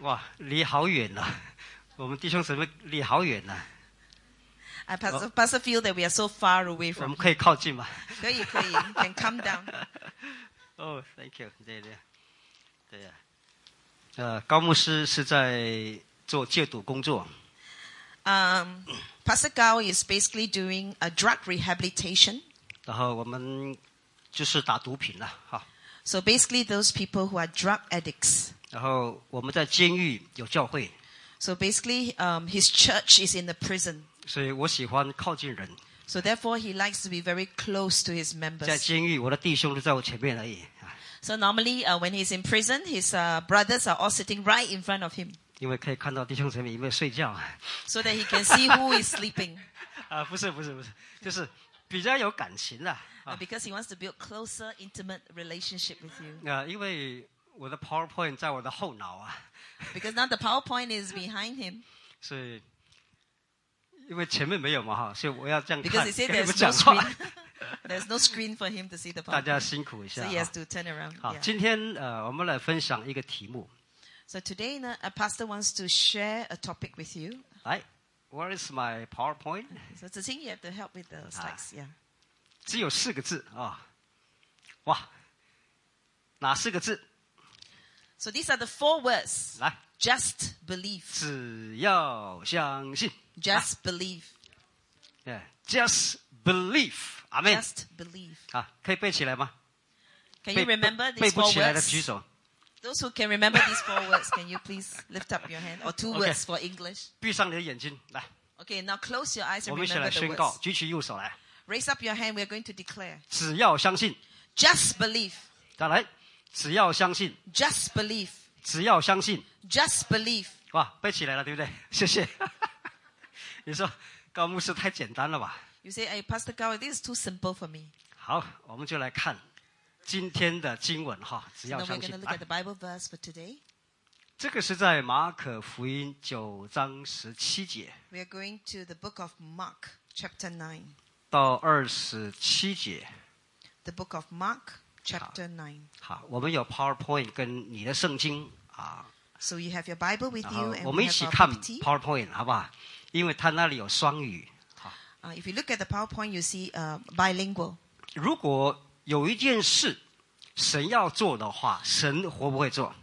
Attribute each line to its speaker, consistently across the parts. Speaker 1: 哇，离好远呐、 我们弟兄姊妹离好远呐、
Speaker 2: I pastor, pastor feel that we are so far away
Speaker 1: 我们
Speaker 2: from.
Speaker 1: 可以靠近吗？
Speaker 2: 可以可以，you can come down.
Speaker 1: 哦、t h a n k you，对对，对呀、呃，高牧师是在做戒毒工作，
Speaker 2: Um, pastor Gao is basically doing a drug rehabilitation.
Speaker 1: 然后我们就是打毒品了哈。
Speaker 2: So basically, those people who are drug addicts.
Speaker 1: 然后我们在监狱有教会，
Speaker 2: So basically, um, his church is in the prison.
Speaker 1: 所以我喜欢靠近人。
Speaker 2: So therefore, he likes to be very close to his
Speaker 1: 在
Speaker 2: members.
Speaker 1: 监狱，我的弟兄就在我前面而已啊，
Speaker 2: So normally, uh, when he's in prison, his uh, brothers are all sitting right in front of him,
Speaker 1: 因为可以看到弟兄姊妹有没有睡觉啊。
Speaker 2: so that he can see who is sleeping,
Speaker 1: 啊，不是不是不是，就是 比较有感情啦
Speaker 2: uh,
Speaker 1: 啊。
Speaker 2: because he wants to build closer, intimate relationship with you.
Speaker 1: 啊，因为我的 PowerPoint 在我的后脑啊，
Speaker 2: Because now the PowerPoint is behind him.
Speaker 1: 所以因为前面没有嘛哈，所以我要这样
Speaker 2: Because
Speaker 1: 看
Speaker 2: he said
Speaker 1: 跟你们
Speaker 2: there's no
Speaker 1: 讲话
Speaker 2: screen.，there's no screen for him to see the
Speaker 1: 大家
Speaker 2: PowerPoint.
Speaker 1: 辛苦一下
Speaker 2: So
Speaker 1: 啊
Speaker 2: he。has to turn around.
Speaker 1: 好，
Speaker 2: yeah.
Speaker 1: 今天呃，我们来分享一个题目，
Speaker 2: So today, na- a pastor wants to share a topic with you.
Speaker 1: 来，Where is my PowerPoint？
Speaker 2: So Zixing, you have to help with the slides. Yeah.
Speaker 1: 只有四个字啊、哇，哪四个字？
Speaker 2: So these are the four words.
Speaker 1: 来，
Speaker 2: Just believe.
Speaker 1: 只要相信
Speaker 2: Just believe.
Speaker 1: 哎，just believe，阿妹
Speaker 2: Just believe.
Speaker 1: 啊，可以背起来吗？
Speaker 2: Can
Speaker 1: 背
Speaker 2: you remember
Speaker 1: 背
Speaker 2: these
Speaker 1: 不
Speaker 2: four
Speaker 1: 起来的举
Speaker 2: words?
Speaker 1: 手，
Speaker 2: Those who can remember these four words, can you please lift up your hand? Or two
Speaker 1: Okay.
Speaker 2: words for English.
Speaker 1: 闭上你的眼睛，来，
Speaker 2: Okay, now close your eyes
Speaker 1: 我
Speaker 2: and
Speaker 1: 们一起来
Speaker 2: remember the
Speaker 1: 宣告，
Speaker 2: words.
Speaker 1: 举起右手来，
Speaker 2: Raise up your hand. We're going to declare.
Speaker 1: 只要相信，
Speaker 2: Just believe.
Speaker 1: 再来，只要相信，
Speaker 2: Just believe.
Speaker 1: 只要相信，
Speaker 2: Just believe.
Speaker 1: 哇，背起来了，对不对？ 谢谢。你说高牧师太简单了吧？
Speaker 2: You say, hey, Pastor Gao, this is too simple for me.
Speaker 1: 好，我们就来看今天的经文哈，只
Speaker 2: Now
Speaker 1: 要
Speaker 2: we're
Speaker 1: 相
Speaker 2: going to
Speaker 1: 信。
Speaker 2: look
Speaker 1: 来
Speaker 2: at the Bible verse for today.
Speaker 1: 这个是在马可福音九章十七节
Speaker 2: We are going to the book of Mark, chapter 9.
Speaker 1: 到二十七节。
Speaker 2: The book of Mark, chapter 9.
Speaker 1: 好，我们有 PowerPoint 跟你的圣经啊，
Speaker 2: So you have your Bible with
Speaker 1: 然
Speaker 2: you
Speaker 1: 后
Speaker 2: and
Speaker 1: 我们
Speaker 2: we
Speaker 1: 一起
Speaker 2: have
Speaker 1: 看
Speaker 2: our PPT.
Speaker 1: PowerPoint 好不好？因为它那里有双语。好，
Speaker 2: Uh, if you look at the PowerPoint, you see uh, bilingual.
Speaker 1: 如果有一件事神要做的话，神会不会做？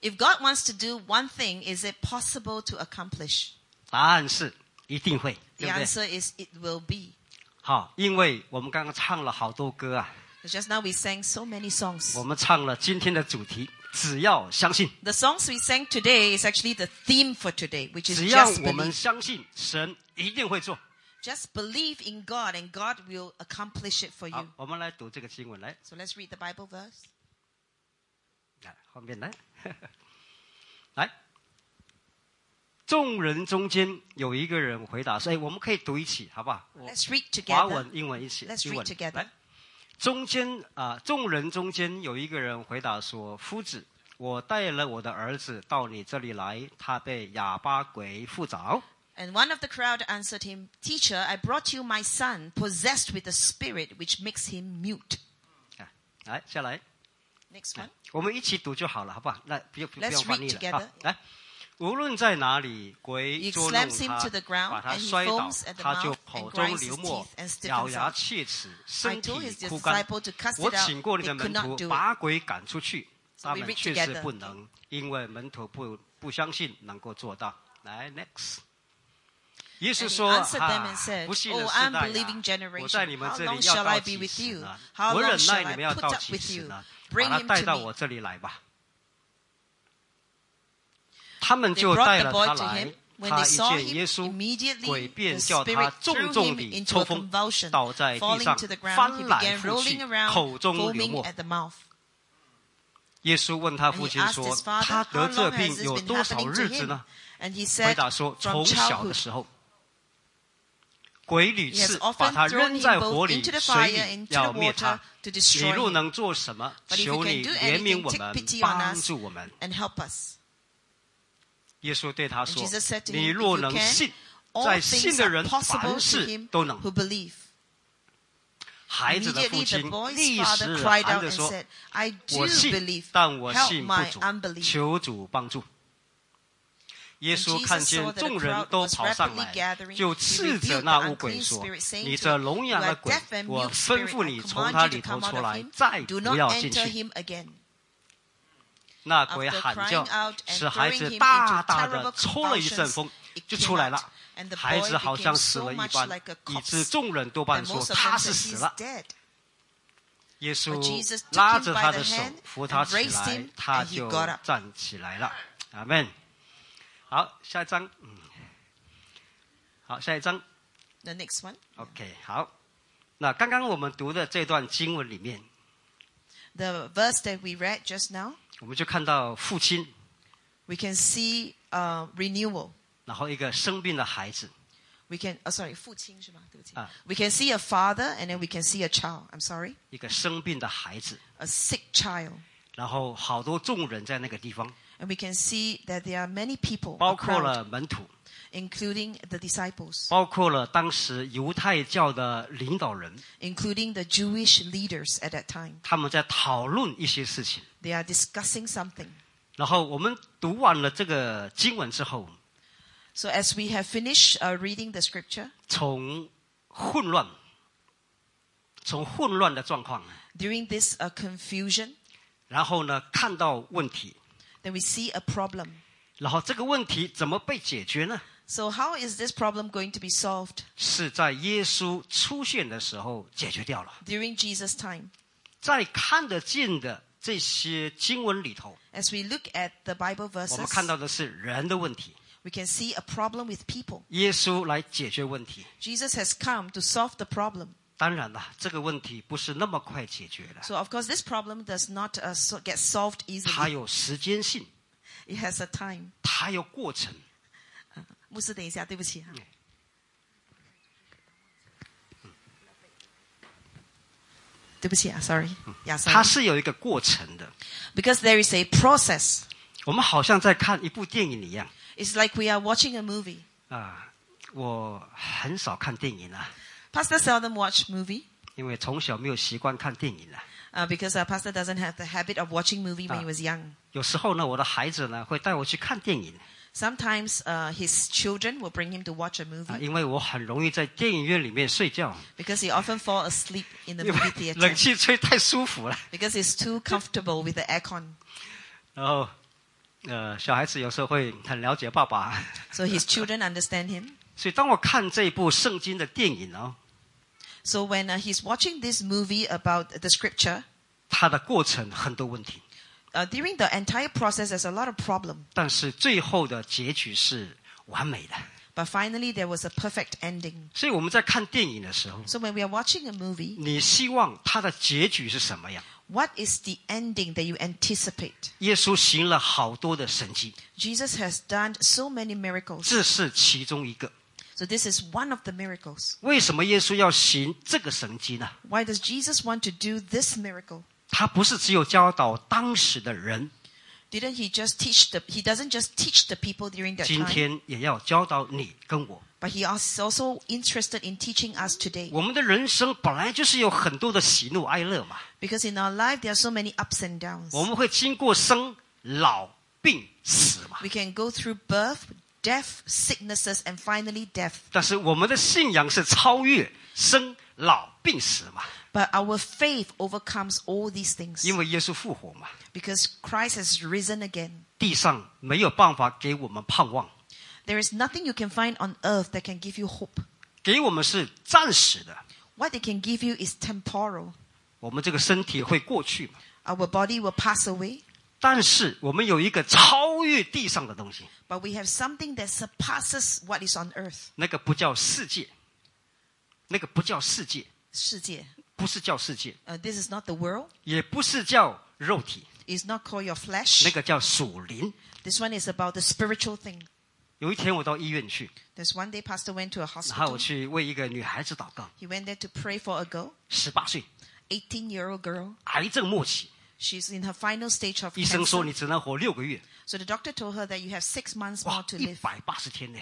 Speaker 2: If God wants to do one thing, is it possible to accomplish?
Speaker 1: 答案是一定会，
Speaker 2: The
Speaker 1: 对不对？
Speaker 2: answer is it will be.
Speaker 1: 好，因为我们刚刚唱了好多歌啊，
Speaker 2: Just now we sang so many songs.
Speaker 1: 我们唱了今天的主题，只要相信，
Speaker 2: The songs we sang today is actually the theme for today, which is
Speaker 1: 只要
Speaker 2: just
Speaker 1: 我们
Speaker 2: believe.
Speaker 1: 相信，神一定会做。
Speaker 2: Just believe in God and God will accomplish it for
Speaker 1: 好
Speaker 2: you.，
Speaker 1: 我们来读这个经文，来，
Speaker 2: So let's read the Bible verse.
Speaker 1: 来后面来， 来。众人中间有一个人回答说：“哎，我们可以读一起，好不好？我
Speaker 2: Let's read
Speaker 1: 华
Speaker 2: together.
Speaker 1: 文、英文一起
Speaker 2: Let's
Speaker 1: 英文
Speaker 2: read together.
Speaker 1: 来，中间啊、众人中间有一个人回答说：“夫子，我带了我的儿子到你这里来，他被哑巴鬼附着。
Speaker 2: And one of the crowd answered him, Teacher, I brought you my son, possessed with a spirit which makes him mute. ”
Speaker 1: 啊，来下来，
Speaker 2: Next one.
Speaker 1: 我们一起读就好了，好不好？那不用不
Speaker 2: Let's
Speaker 1: 用翻译
Speaker 2: read
Speaker 1: 了
Speaker 2: together.
Speaker 1: 啊！来，无论在哪里，鬼
Speaker 2: You
Speaker 1: 捉弄
Speaker 2: slams him
Speaker 1: 他
Speaker 2: to the ground,
Speaker 1: 把他
Speaker 2: and he
Speaker 1: 摔倒
Speaker 2: foams at，the
Speaker 1: 他
Speaker 2: mouth
Speaker 1: 就
Speaker 2: and
Speaker 1: 口
Speaker 2: grinds
Speaker 1: 中
Speaker 2: his
Speaker 1: 流沫
Speaker 2: teeth and stiffens，
Speaker 1: 咬牙
Speaker 2: up.
Speaker 1: 切齿，
Speaker 2: I
Speaker 1: 身
Speaker 2: told his
Speaker 1: 体枯干
Speaker 2: disciple to cast。
Speaker 1: 我
Speaker 2: it
Speaker 1: 请过
Speaker 2: out.
Speaker 1: 你
Speaker 2: They
Speaker 1: 的门
Speaker 2: could not
Speaker 1: 徒
Speaker 2: do it.
Speaker 1: 把鬼赶出去，
Speaker 2: So
Speaker 1: 他
Speaker 2: we
Speaker 1: 们
Speaker 2: read
Speaker 1: 确实
Speaker 2: together.
Speaker 1: 不能，因为门徒不不相信能够做到。来，next。耶稣
Speaker 2: And
Speaker 1: 说
Speaker 2: he answered them
Speaker 1: 啊
Speaker 2: and said,：“
Speaker 1: 不信的
Speaker 2: Oh,
Speaker 1: 时代
Speaker 2: unbelieving
Speaker 1: 啊，
Speaker 2: generation,
Speaker 1: 我在你们
Speaker 2: how
Speaker 1: 这里
Speaker 2: long
Speaker 1: 要
Speaker 2: shall
Speaker 1: 到
Speaker 2: I be
Speaker 1: 几
Speaker 2: with
Speaker 1: 时
Speaker 2: you?
Speaker 1: 呢？
Speaker 2: How
Speaker 1: 我
Speaker 2: long
Speaker 1: 忍
Speaker 2: shall
Speaker 1: 耐你
Speaker 2: I
Speaker 1: 们要
Speaker 2: put
Speaker 1: 到
Speaker 2: up
Speaker 1: 几
Speaker 2: with
Speaker 1: 时
Speaker 2: you?
Speaker 1: 呢？把
Speaker 2: Bring
Speaker 1: 他
Speaker 2: him
Speaker 1: 带到
Speaker 2: to
Speaker 1: 我
Speaker 2: me.
Speaker 1: 这里来吧。”他们
Speaker 2: They
Speaker 1: 就带
Speaker 2: brought the
Speaker 1: 了
Speaker 2: boy
Speaker 1: 他
Speaker 2: to
Speaker 1: 来
Speaker 2: him.。When
Speaker 1: 他
Speaker 2: they
Speaker 1: 一
Speaker 2: saw
Speaker 1: 见
Speaker 2: him,
Speaker 1: 耶稣，鬼
Speaker 2: immediately
Speaker 1: 便
Speaker 2: the
Speaker 1: 叫他
Speaker 2: spirit
Speaker 1: 重
Speaker 2: threw
Speaker 1: 重
Speaker 2: him
Speaker 1: 地
Speaker 2: into
Speaker 1: 抽
Speaker 2: a
Speaker 1: 风，
Speaker 2: convulsion.
Speaker 1: 倒在地
Speaker 2: Falling
Speaker 1: 上
Speaker 2: to the，ground,
Speaker 1: 翻
Speaker 2: he
Speaker 1: 来
Speaker 2: began
Speaker 1: 覆
Speaker 2: rolling
Speaker 1: 去，
Speaker 2: around,
Speaker 1: 口中流
Speaker 2: foaming
Speaker 1: 沫
Speaker 2: at。the mouth.
Speaker 1: 耶稣问他
Speaker 2: And
Speaker 1: 父
Speaker 2: he
Speaker 1: 亲
Speaker 2: asked
Speaker 1: 说
Speaker 2: his：“
Speaker 1: 他
Speaker 2: father,
Speaker 1: 得
Speaker 2: How
Speaker 1: 这
Speaker 2: long has
Speaker 1: 病
Speaker 2: this
Speaker 1: 有
Speaker 2: been
Speaker 1: 多少
Speaker 2: happening to
Speaker 1: 日子
Speaker 2: him?
Speaker 1: 呢
Speaker 2: And he？”
Speaker 1: 回
Speaker 2: said,
Speaker 1: 答说：“
Speaker 2: 从
Speaker 1: 从小的
Speaker 2: childhood.
Speaker 1: 时候。”鬼屡
Speaker 2: He has
Speaker 1: 次把
Speaker 2: often
Speaker 1: 他
Speaker 2: thrown
Speaker 1: 扔
Speaker 2: him
Speaker 1: 在火
Speaker 2: both
Speaker 1: 里、
Speaker 2: into the
Speaker 1: 水
Speaker 2: fire,
Speaker 1: 里，
Speaker 2: into
Speaker 1: 要
Speaker 2: the
Speaker 1: 灭他
Speaker 2: water。to
Speaker 1: 你
Speaker 2: destroy
Speaker 1: 若
Speaker 2: him.
Speaker 1: 能做什么，
Speaker 2: But if you
Speaker 1: 求
Speaker 2: can
Speaker 1: 你
Speaker 2: do
Speaker 1: 怜悯
Speaker 2: anything,
Speaker 1: 我
Speaker 2: take
Speaker 1: 们
Speaker 2: pity，on
Speaker 1: 帮
Speaker 2: us
Speaker 1: 助我们。
Speaker 2: and help us.
Speaker 1: 耶稣对他
Speaker 2: And
Speaker 1: 说
Speaker 2: Jesus said：“ to
Speaker 1: 你
Speaker 2: him,
Speaker 1: 若
Speaker 2: If you
Speaker 1: 能
Speaker 2: can,
Speaker 1: 信，
Speaker 2: all
Speaker 1: 在信
Speaker 2: things
Speaker 1: 的
Speaker 2: are
Speaker 1: 人
Speaker 2: possible
Speaker 1: 凡
Speaker 2: to
Speaker 1: 事
Speaker 2: him
Speaker 1: 都能
Speaker 2: who。believe.
Speaker 1: 孩子的父
Speaker 2: Immediately
Speaker 1: 亲
Speaker 2: the boy's
Speaker 1: 立
Speaker 2: father
Speaker 1: 时
Speaker 2: cried
Speaker 1: 喊
Speaker 2: out
Speaker 1: 着
Speaker 2: and
Speaker 1: 说
Speaker 2: said, I：“ do
Speaker 1: 我信
Speaker 2: believe,，
Speaker 1: 但我
Speaker 2: help
Speaker 1: 信不
Speaker 2: my
Speaker 1: 足，
Speaker 2: unbelief.
Speaker 1: 求主帮助。”耶稣看见众人都跑上来，就斥责那污鬼说：“你这聋哑的鬼，我吩咐你从他里头出来，再不要进去。”
Speaker 2: again.
Speaker 1: 那鬼喊叫，使孩子大大的抽了一阵风，就出来了。孩子好像死了一般，以致众人多半
Speaker 2: And
Speaker 1: 说
Speaker 2: most of
Speaker 1: 他
Speaker 2: them
Speaker 1: 是
Speaker 2: said
Speaker 1: 死
Speaker 2: he's
Speaker 1: 了。
Speaker 2: dead.
Speaker 1: 耶
Speaker 2: But
Speaker 1: 稣
Speaker 2: Jesus took
Speaker 1: 拉
Speaker 2: him
Speaker 1: 着
Speaker 2: by
Speaker 1: 他
Speaker 2: the
Speaker 1: 的手
Speaker 2: hand，
Speaker 1: 扶他
Speaker 2: and
Speaker 1: 起
Speaker 2: raised
Speaker 1: 来
Speaker 2: him，
Speaker 1: 他
Speaker 2: and he
Speaker 1: 就
Speaker 2: got up
Speaker 1: 站起来了。阿门。好，下一章。嗯，好，下一章。
Speaker 2: The next one.
Speaker 1: OK，好。那刚刚我们读的这段经文里面，
Speaker 2: The verse that we read just now,
Speaker 1: 我们就看到父亲，
Speaker 2: we can see uh, renewal.
Speaker 1: 然后一个生病的孩子。
Speaker 2: We can, oh, sorry, 父亲是吗？对不起。
Speaker 1: Ah.
Speaker 2: We can see a father and then we can see a child. I'm sorry,
Speaker 1: 一个生病的孩子，
Speaker 2: a sick child.
Speaker 1: 然后好多众人在那个地方，
Speaker 2: And we can see that there are many people,
Speaker 1: 包
Speaker 2: a
Speaker 1: 括
Speaker 2: crowd,
Speaker 1: 了门徒，
Speaker 2: including the disciples,
Speaker 1: 包括了当时犹太教的领导人，
Speaker 2: including the Jewish leaders at that time.
Speaker 1: 他们在讨论一些事情。
Speaker 2: They are discussing something.
Speaker 1: 然后我们读完了这个经文之后，
Speaker 2: So as we have finished uh, reading the scripture,
Speaker 1: 从混乱，从混乱的状况，
Speaker 2: during this uh, confusion,
Speaker 1: 然后呢看到问题，
Speaker 2: then we see a problem.
Speaker 1: 然后这个问题怎么被解决呢？
Speaker 2: So how is this problem going to be solved
Speaker 1: 是在耶稣出现的时候解决掉了。
Speaker 2: during Jesus' time?
Speaker 1: 在看得见的这些经文里头，
Speaker 2: As we look at the Bible
Speaker 1: 我
Speaker 2: verses,
Speaker 1: 们看到的是人的问题，
Speaker 2: we can see a problem with people.
Speaker 1: 耶稣来解决问题。
Speaker 2: Jesus has come to solve the problem.
Speaker 1: 当然了，这个问题不是那么快解决的，
Speaker 2: So of course, this problem does not uh, so get solved
Speaker 1: 它
Speaker 2: easily.
Speaker 1: 有时间性，
Speaker 2: It has a time.
Speaker 1: 它有过程。
Speaker 2: 牧师，等一下，对不起哈。对不起啊，sorry. Yeah,
Speaker 1: 它
Speaker 2: sorry.
Speaker 1: 是有一个过程的。
Speaker 2: Because there is a process.
Speaker 1: 我们好像在看一部电影一样
Speaker 2: It's like we are watching a movie.
Speaker 1: 啊！我很少看电影啊，
Speaker 2: Pastor seldom watch movie
Speaker 1: 因为从小没有习惯看电影啊。
Speaker 2: uh, because our pastor doesn't have the habit of watching movie when
Speaker 1: Ah.
Speaker 2: he was young.
Speaker 1: 有时候呢，我的孩子呢会带我去看电影
Speaker 2: Sometimes uh, his children will bring him to watch a
Speaker 1: 啊，
Speaker 2: movie
Speaker 1: 因为我很容易在电影院里面睡觉，
Speaker 2: because he often fall asleep in the
Speaker 1: 因
Speaker 2: movie
Speaker 1: 为冷
Speaker 2: theater
Speaker 1: 气吹太舒服了。
Speaker 2: because he's too comfortable with the aircon.
Speaker 1: 然后，呃，小孩子有时候会很了解爸爸，
Speaker 2: So his children understand him.
Speaker 1: 所以当我看这一部圣经的电影哦，
Speaker 2: So when uh, he's watching this movie about the scripture,
Speaker 1: 它的过程很多问题，
Speaker 2: uh, during the entire process, there's a lot of problem.
Speaker 1: 但是最后的结局是完美的。
Speaker 2: But finally, there was a perfect ending.
Speaker 1: 所以我们在看电影的时候，
Speaker 2: So when we are watching a movie,
Speaker 1: 你希望它的结局是什么样？
Speaker 2: what is the ending that you anticipate?
Speaker 1: 耶稣行了好多的神迹，
Speaker 2: Jesus has done so many miracles.
Speaker 1: 这是其中一个。
Speaker 2: So this is one of the miracles.
Speaker 1: 为什么耶稣要行这个神迹呢？
Speaker 2: Why does Jesus want to do this miracle?
Speaker 1: 他不是只有教导当时的人，
Speaker 2: Didn't he just teach the he doesn't just teach the people during that
Speaker 1: 今
Speaker 2: time,
Speaker 1: 天也要教导你跟我。
Speaker 2: but he is also interested in teaching us today.
Speaker 1: 我们的人生本来就是有很多的喜怒哀乐嘛，
Speaker 2: Because in our life there are so many ups and downs.
Speaker 1: 我们会经过生、老、病、死嘛。
Speaker 2: We can go through birth, death, sicknesses, and finally death.
Speaker 1: 但是我们的信仰是超越生、老、病、死嘛，
Speaker 2: But our faith overcomes all these things
Speaker 1: 因为耶稣复活嘛，
Speaker 2: because Christ has risen again.
Speaker 1: 地上没有办法给我们盼望，
Speaker 2: There is nothing you can find on earth that can give you hope.
Speaker 1: 给我们是暂时的，
Speaker 2: What it can give you is temporal.
Speaker 1: 我们这个身体会过去嘛。
Speaker 2: Our body will pass away,
Speaker 1: 但是我们有一个超越地上的东西，
Speaker 2: but we have something that surpasses what is on earth.
Speaker 1: 那个不叫世界，那个不叫世界，
Speaker 2: 世界.
Speaker 1: 不是叫世界，
Speaker 2: Uh, this is not the world.
Speaker 1: 也不是叫肉体，
Speaker 2: It's not called your flesh.
Speaker 1: 那个叫属灵。
Speaker 2: This one is about the spiritual thing.
Speaker 1: 有一天我到医院去，
Speaker 2: There's one day pastor went to a
Speaker 1: 然后我
Speaker 2: hospital.
Speaker 1: 去为一个女孩子祷告，
Speaker 2: He went there to pray for a girl,
Speaker 1: 十八岁，
Speaker 2: 18 year old girl.
Speaker 1: 癌症末期，
Speaker 2: She's in her final stage of
Speaker 1: 医生说
Speaker 2: cancer.
Speaker 1: 你只能活六个月，
Speaker 2: So the doctor told her that you have six months more
Speaker 1: 哇，
Speaker 2: to
Speaker 1: 一
Speaker 2: live.
Speaker 1: 百八十天呢，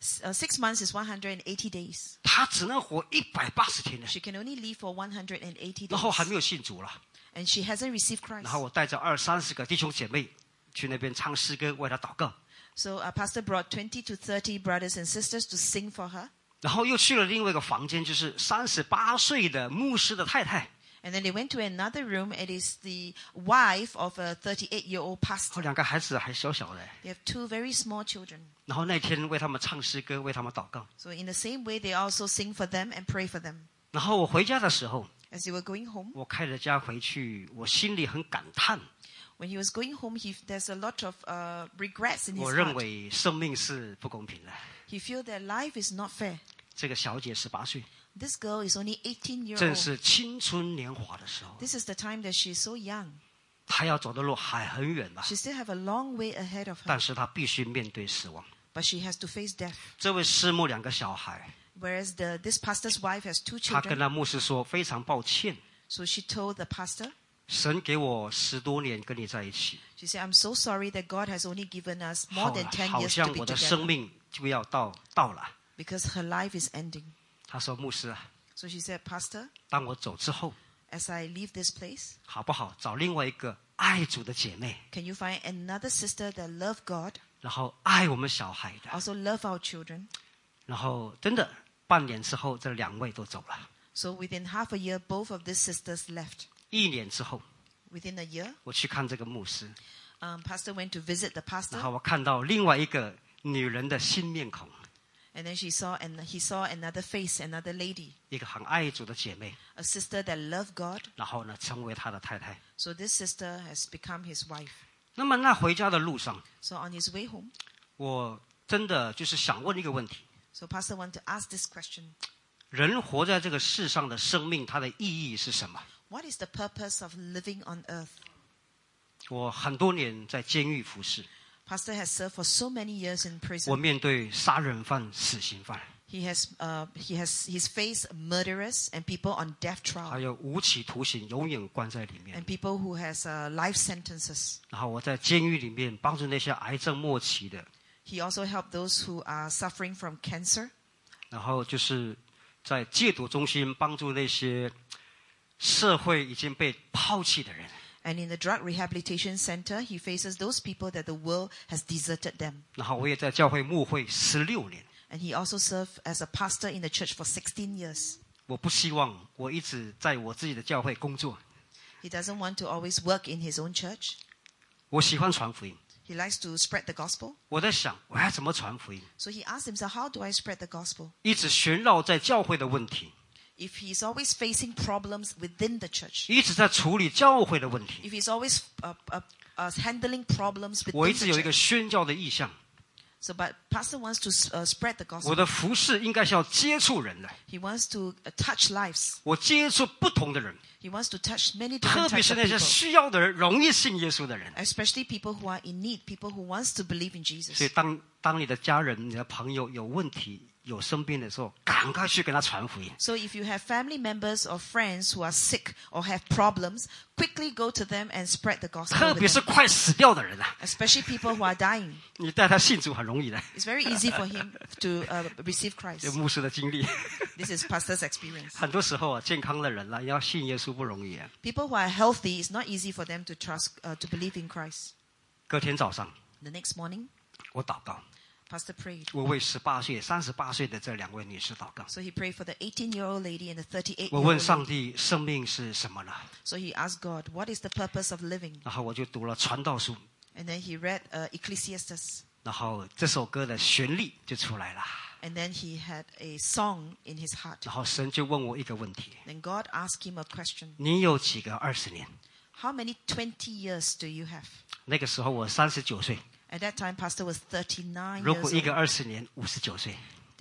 Speaker 2: S- uh, six months is 180 days.
Speaker 1: 他只能活一百八十天呢。
Speaker 2: She can only live for 180
Speaker 1: 然后还
Speaker 2: days.
Speaker 1: 没有信主了，
Speaker 2: And she hasn't received Christ.
Speaker 1: 然后我带着二三十个弟兄姐妹去那边唱诗歌为他祷告，
Speaker 2: So our pastor brought 20 to 30 brothers and sisters to sing for her.
Speaker 1: 然后又去了另外一个房间，就是三十八岁的牧师的太太。
Speaker 2: And then they went to another room. It is the wife of a 38 year
Speaker 1: 然后
Speaker 2: old pastor.
Speaker 1: 两个孩子还小小的，
Speaker 2: They have two very small children.
Speaker 1: 然后那天为他们唱诗歌，为他们祷告。
Speaker 2: So, in the same way, they also sing for them and pray for them.
Speaker 1: 然后我回家的时候，
Speaker 2: As they were going home,
Speaker 1: 我开着家回去，我心里很感叹，
Speaker 2: when he was going home, he, there's a lot of uh, regrets in
Speaker 1: 我
Speaker 2: his
Speaker 1: Oh, 认
Speaker 2: heart.
Speaker 1: 为生命是不公平的。
Speaker 2: He feel that life is not fair.
Speaker 1: 这个小姐十八岁，
Speaker 2: This girl is only 18 years
Speaker 1: 正
Speaker 2: old.
Speaker 1: 是青春年华的时候，
Speaker 2: This is the time that she's so young.
Speaker 1: 她要走的路还很远吧？
Speaker 2: She still have a long way ahead of her,
Speaker 1: 但是她必须面对死亡。
Speaker 2: but she has to face death.
Speaker 1: 这位师母两个小孩，
Speaker 2: Whereas the, this pastor's wife has two
Speaker 1: 她跟
Speaker 2: children.
Speaker 1: 那牧师说：“非常抱歉，
Speaker 2: So she told the pastor,
Speaker 1: 神给我十多年跟你在一起，
Speaker 2: she said, I'm so sorry that God has only given us more
Speaker 1: 好
Speaker 2: than 10
Speaker 1: 好
Speaker 2: years to
Speaker 1: 像
Speaker 2: be
Speaker 1: 我的生
Speaker 2: together
Speaker 1: 命就要到到了。
Speaker 2: because her life is ending. ”
Speaker 1: 她说：“牧师啊，
Speaker 2: So she said, Pastor,
Speaker 1: 当我走之后，
Speaker 2: as I leave this place,
Speaker 1: 好不好找另外一个爱主的姐妹，
Speaker 2: can you find another sister that love God,
Speaker 1: 然后爱我们小孩的？”
Speaker 2: also love our children?
Speaker 1: 然后真的半年之后，这两位都走了。
Speaker 2: So within half a year, both of these sisters left.
Speaker 1: 一年之后，
Speaker 2: Within a year,
Speaker 1: 我去看这个牧师，
Speaker 2: um, pastor went to visit the
Speaker 1: 然
Speaker 2: pastor,
Speaker 1: 后我看到另外一个女人的新面孔，
Speaker 2: and then she saw and he saw another face, another lady,
Speaker 1: 一个很爱主的姐妹，
Speaker 2: a sister that loved God.
Speaker 1: 然后呢成为他的太太。
Speaker 2: So this sister has become his wife.
Speaker 1: 那么那回家的路上，
Speaker 2: So on his way home,
Speaker 1: 我真的就是想问一个问题：
Speaker 2: so pastor wanted to ask this question:
Speaker 1: 人活在这个世上的生命，它的意义是什么？
Speaker 2: What is the purpose of living on earth?
Speaker 1: 我很多年在监狱服侍，
Speaker 2: Pastor has served for so many years in
Speaker 1: 我
Speaker 2: prison.
Speaker 1: 面对杀人犯、死刑犯，
Speaker 2: He has uh, he has he's faced murderers and people on death
Speaker 1: 还
Speaker 2: trial
Speaker 1: 有无期徒刑，永远关在里面
Speaker 2: and。people who has uh, life sentences.
Speaker 1: 然后我在监狱里面帮助那些癌症末期的，
Speaker 2: He also helped those who are suffering from cancer.
Speaker 1: 然后就是在戒毒中心帮助那些社会已经被抛弃的人。
Speaker 2: And in the drug rehabilitation center, he faces those people that the world has deserted them.
Speaker 1: 然后我也在教会牧会十六年，
Speaker 2: And he also served as a pastor in the church for 16 years.
Speaker 1: 我不希望我一直在我自己的教会工作，
Speaker 2: He doesn't want to always work in his own church.
Speaker 1: 我喜欢传福音。
Speaker 2: He likes to spread the gospel.
Speaker 1: 我在想我要怎么传福音，
Speaker 2: So he asks himself, How do I spread the gospel?
Speaker 1: 一直寻绕在教会的问题，
Speaker 2: If he's always facing problems within the church,
Speaker 1: 一直在处理教会的问题。
Speaker 2: if he's always uh, uh, uh, handling problems
Speaker 1: 我
Speaker 2: within
Speaker 1: 一直有
Speaker 2: the
Speaker 1: 一个
Speaker 2: church.
Speaker 1: 宣教的意向，
Speaker 2: So, but pastor wants to uh, spread the
Speaker 1: 我
Speaker 2: gospel.
Speaker 1: 的服饰应该是要接触人的，
Speaker 2: He wants to uh, touch lives.
Speaker 1: 我接触不同的人。
Speaker 2: He wants to touch many
Speaker 1: 特
Speaker 2: different
Speaker 1: 别
Speaker 2: types
Speaker 1: 是
Speaker 2: of
Speaker 1: 那些
Speaker 2: people,
Speaker 1: 需要的人、容易信耶稣的人。
Speaker 2: especially people who are in need, people who wants to believe in
Speaker 1: 所以
Speaker 2: Jesus.
Speaker 1: 当当你的家人、你的朋友有问题、有生病的时候，赶快去给他传福音。
Speaker 2: So if you have family members or friends who are sick or have problems, quickly go to them and spread the
Speaker 1: 特
Speaker 2: gospel
Speaker 1: 别
Speaker 2: with
Speaker 1: 是
Speaker 2: them.
Speaker 1: 快死掉的人啊，
Speaker 2: Especially people who are dying.
Speaker 1: 你带他信主很容易的。
Speaker 2: It's very easy for him to uh, receive Christ.
Speaker 1: 有牧师的经历，
Speaker 2: This is pastor's experience.
Speaker 1: 很多时候啊，健康的人啦、要信耶稣不容易、啊。
Speaker 2: People who are healthy, it's not easy for them to trust, uh, to believe in Christ.
Speaker 1: 隔天早上，
Speaker 2: The next morning,
Speaker 1: 我祷告，
Speaker 2: pastor prayed.
Speaker 1: 我为十八岁、三十八岁的这两位女士祷告。
Speaker 2: So he prayed for the 18-year-old lady and the
Speaker 1: 我问
Speaker 2: 38-year-old
Speaker 1: 上
Speaker 2: lady.
Speaker 1: 帝，生命是什么呢？
Speaker 2: So he asked God, what is the purpose of living?
Speaker 1: 然后我就读了传道书，
Speaker 2: And then he read uh, Ecclesiastes.
Speaker 1: 然后这首歌的旋律就出来了。
Speaker 2: And then he had a song in his heart.
Speaker 1: 然后神就问我一个问题：
Speaker 2: Then God asked him a question
Speaker 1: 你有几个二十年？
Speaker 2: How many 20 years do you have?
Speaker 1: 那个时候我三十九岁，
Speaker 2: At that time, Pastor was 39
Speaker 1: 如果
Speaker 2: years
Speaker 1: 一个
Speaker 2: old.
Speaker 1: 二十年五十九岁，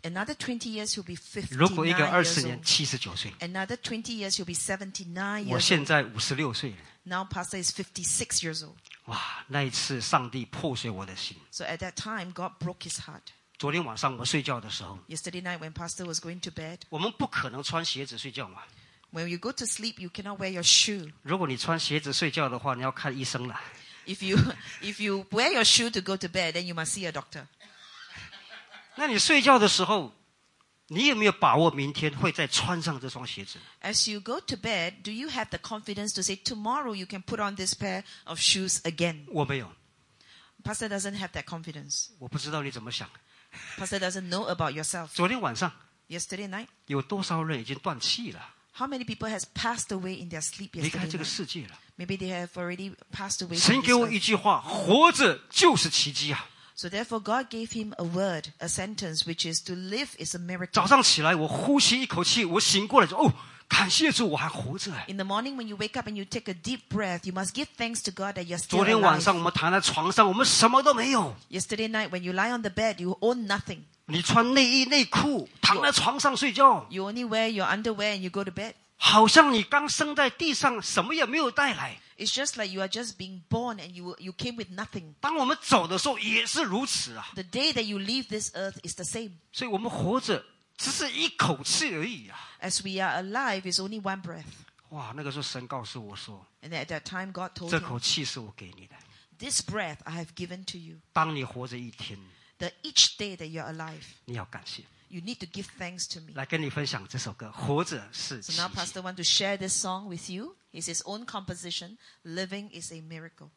Speaker 2: Another 20 years, he'll be
Speaker 1: 如
Speaker 2: 59
Speaker 1: 果一个二十
Speaker 2: years
Speaker 1: 年
Speaker 2: old.
Speaker 1: 七十九岁，
Speaker 2: Another 20 years, he'll be 79
Speaker 1: 我
Speaker 2: years old.
Speaker 1: 现在五十六岁了。
Speaker 2: Now, Pastor is 56 years old.
Speaker 1: 哇，那一次上帝破碎我的心。
Speaker 2: So at that time, God broke his heart.
Speaker 1: 昨天晚上我睡觉的时候，
Speaker 2: Yesterday night, when Pastor was going to bed,
Speaker 1: 我们不可能穿鞋子睡觉嘛。
Speaker 2: when you go to sleep, you cannot wear your shoe.
Speaker 1: 如果你穿鞋子睡觉的话，你要看医生了。
Speaker 2: If you, if you wear your shoe to go to bed, then you must see a doctor.
Speaker 1: 那你睡觉的时候，你有没有把握明天会再穿上这双鞋子？
Speaker 2: As you go to bed, do you have the confidence to say, Tomorrow you can put on this pair of shoes again?
Speaker 1: 我没有，
Speaker 2: Pastor doesn't have that confidence.
Speaker 1: 我不知道你怎么想。
Speaker 2: Pastor doesn't know about yourself.
Speaker 1: 昨天晚上
Speaker 2: Yesterday night,
Speaker 1: 有多少人已经断气了，
Speaker 2: how many people has passed away in their sleep
Speaker 1: 离开
Speaker 2: yesterday
Speaker 1: 这个
Speaker 2: night?
Speaker 1: 世界了？
Speaker 2: Maybe they have already passed away. from
Speaker 1: 神
Speaker 2: this
Speaker 1: 给我
Speaker 2: earth.
Speaker 1: 一句话：活着就是奇迹啊！
Speaker 2: So therefore, God gave him a word, a sentence, which is to live is a
Speaker 1: 早
Speaker 2: miracle.
Speaker 1: 上起来，我呼吸一口气，我醒过来就哦，感谢主，我还活着。哎
Speaker 2: In the morning, when you wake up and you take a deep breath, you must give thanks to God that you're still
Speaker 1: 昨天晚
Speaker 2: alive.
Speaker 1: 上我们躺在床上，我们什么都没有。
Speaker 2: Yesterday night, when you lie on the bed, you own nothing.
Speaker 1: 你穿内衣内裤躺在床上睡觉，
Speaker 2: You only wear your underwear and you go to bed.
Speaker 1: 好像你刚生在地上，什么也没有带来。
Speaker 2: It's just like you are just being born and you you came with nothing.
Speaker 1: 当我们走的时候也是如此啊。
Speaker 2: The day that you leave this earth is the same.
Speaker 1: 所以我们活着只是一口气而已啊！
Speaker 2: As we are alive, is only one breath.
Speaker 1: 哇，那个时候神告诉我说，
Speaker 2: And at that time, God told
Speaker 1: 这
Speaker 2: him,
Speaker 1: 口气是我给你的。
Speaker 2: "This breath I have given to you."
Speaker 1: 当你活着一天，
Speaker 2: That each day that you're alive,
Speaker 1: 你要感谢。
Speaker 2: you need to give thanks to me.
Speaker 1: 来跟你分享这首歌《活着是奇迹
Speaker 2: So》now, Pastor want to share this song with you. It's his own composition. Living is a miracle.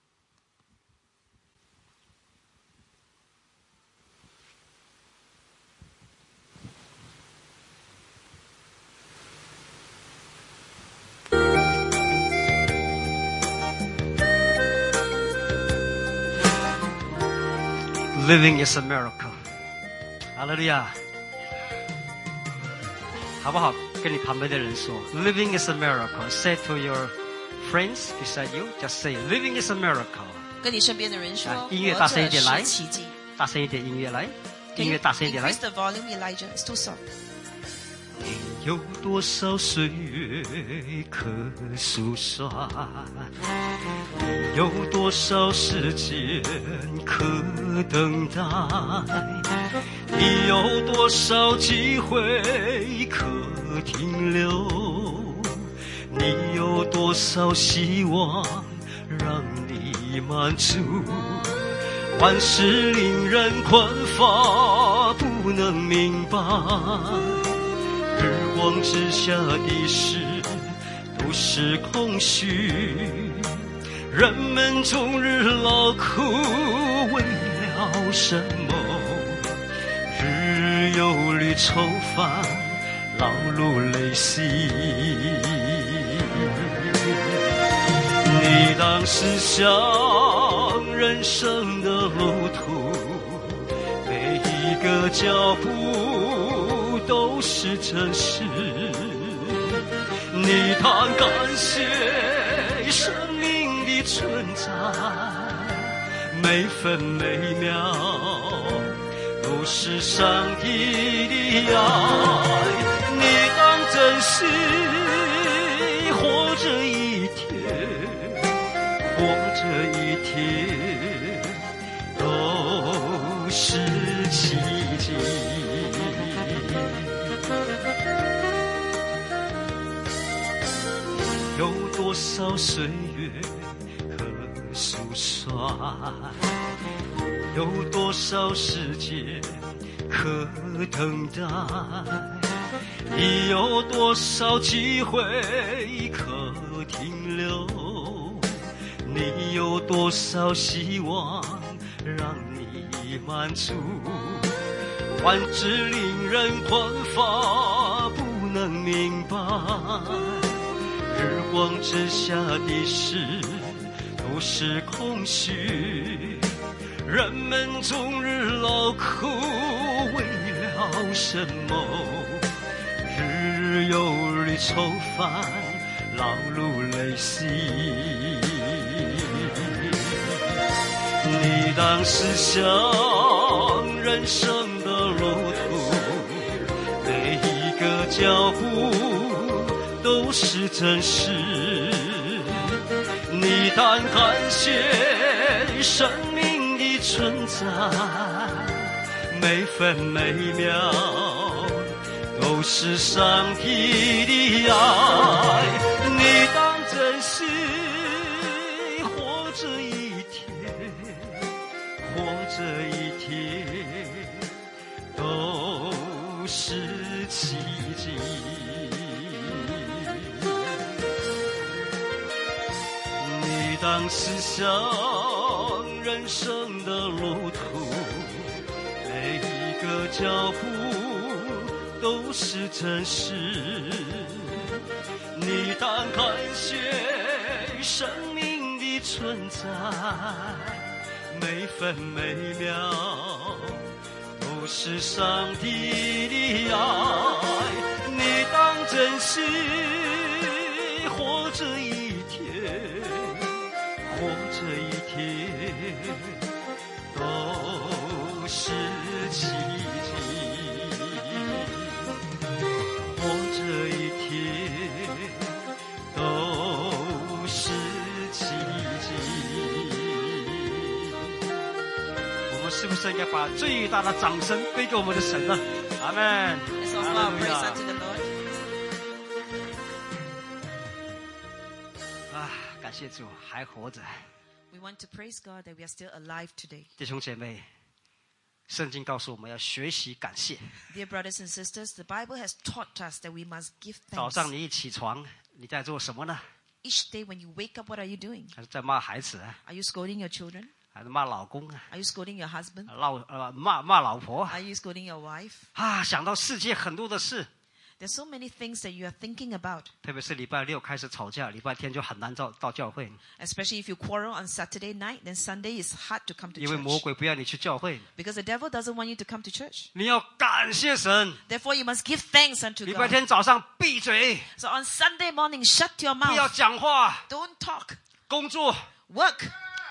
Speaker 1: ，Living is a miracle。哈利路亚，好不好？跟你旁边的人说，Living is a miracle。Say to your friends beside you, just say, Living is a miracle。
Speaker 2: 跟你身边的人说，
Speaker 1: 来
Speaker 2: 活
Speaker 1: 音乐大声一
Speaker 2: 着
Speaker 1: 点来
Speaker 2: 是奇迹。
Speaker 1: 大声一点音乐来，音
Speaker 2: Can you
Speaker 1: 乐大声一点来
Speaker 2: increase。the volume, Elijah? It's too soft.
Speaker 1: 有多少岁月可数算？有多少时间可等待？你有多少机会可停留？你有多少希望让你满足？万事令人困乏，不能明白。日光之下的事都是空虚，人们终日劳苦，为了什么？日日忧虑愁烦，劳碌累心。你当思想人生的路途。每一个脚步都是真实。你当感谢生命的存在，每分每秒都是上帝的爱。你当珍惜活着一天。活着一天都是奇迹。有多少岁月可数算？有多少时间可等待？你有多少机会可停留？你有多少希望让你满足？万事令人困乏，不能明白。日光之下的事都是空虚，人们终日劳苦，为了什么？日日忧虑愁烦，劳碌累心。你当思想人生的路途，每一个脚步都是真实。你当感谢生命的存在，每分每秒都是上帝的爱。你当珍惜活着一天，活着一天都是奇迹。你当思想人生的路途，每一个脚步都是真实。你当感谢生命的存在，每分每秒都是上帝的爱。你当珍惜活着一天。活着一天都是奇迹，活着一天都是奇迹。我们是不是应该把最大的掌声归给我们的神呢？阿门。
Speaker 2: Let's offer our praise unto the Lord.
Speaker 1: 啊，感谢主还活着，啊
Speaker 2: We want to praise God that we are still alive today.
Speaker 1: 弟兄姐妹。圣经告诉我们要学习感谢。
Speaker 2: Dear brothers and sisters, the Bible has taught us that we must give
Speaker 1: 早上
Speaker 2: thanks.
Speaker 1: 你一起床，你在做什么呢？
Speaker 2: Each day when you wake up, what are you doing?
Speaker 1: 还是在骂孩子啊，
Speaker 2: Are you scolding your children?
Speaker 1: 还是骂老公啊，
Speaker 2: Are you scolding your husband?
Speaker 1: 老呃骂骂老婆啊
Speaker 2: Are you scolding your wife?
Speaker 1: 啊？想到世界很多的事，
Speaker 2: There's so many things that you are thinking about,
Speaker 1: 特别是礼拜六开始吵架，礼拜天就很难到到教会，
Speaker 2: especially if you quarrel on Saturday night, then Sunday is hard to come to
Speaker 1: 因为魔
Speaker 2: church
Speaker 1: 鬼不要你去教会。
Speaker 2: because the devil doesn't want you to come to church.
Speaker 1: 你要感谢神，
Speaker 2: Therefore, you must give thanks unto
Speaker 1: 礼拜
Speaker 2: God.
Speaker 1: 天早上闭嘴，
Speaker 2: So on Sunday morning, shut your
Speaker 1: 不要
Speaker 2: mouth.
Speaker 1: 讲话，
Speaker 2: Don't talk.
Speaker 1: 工作。
Speaker 2: Work.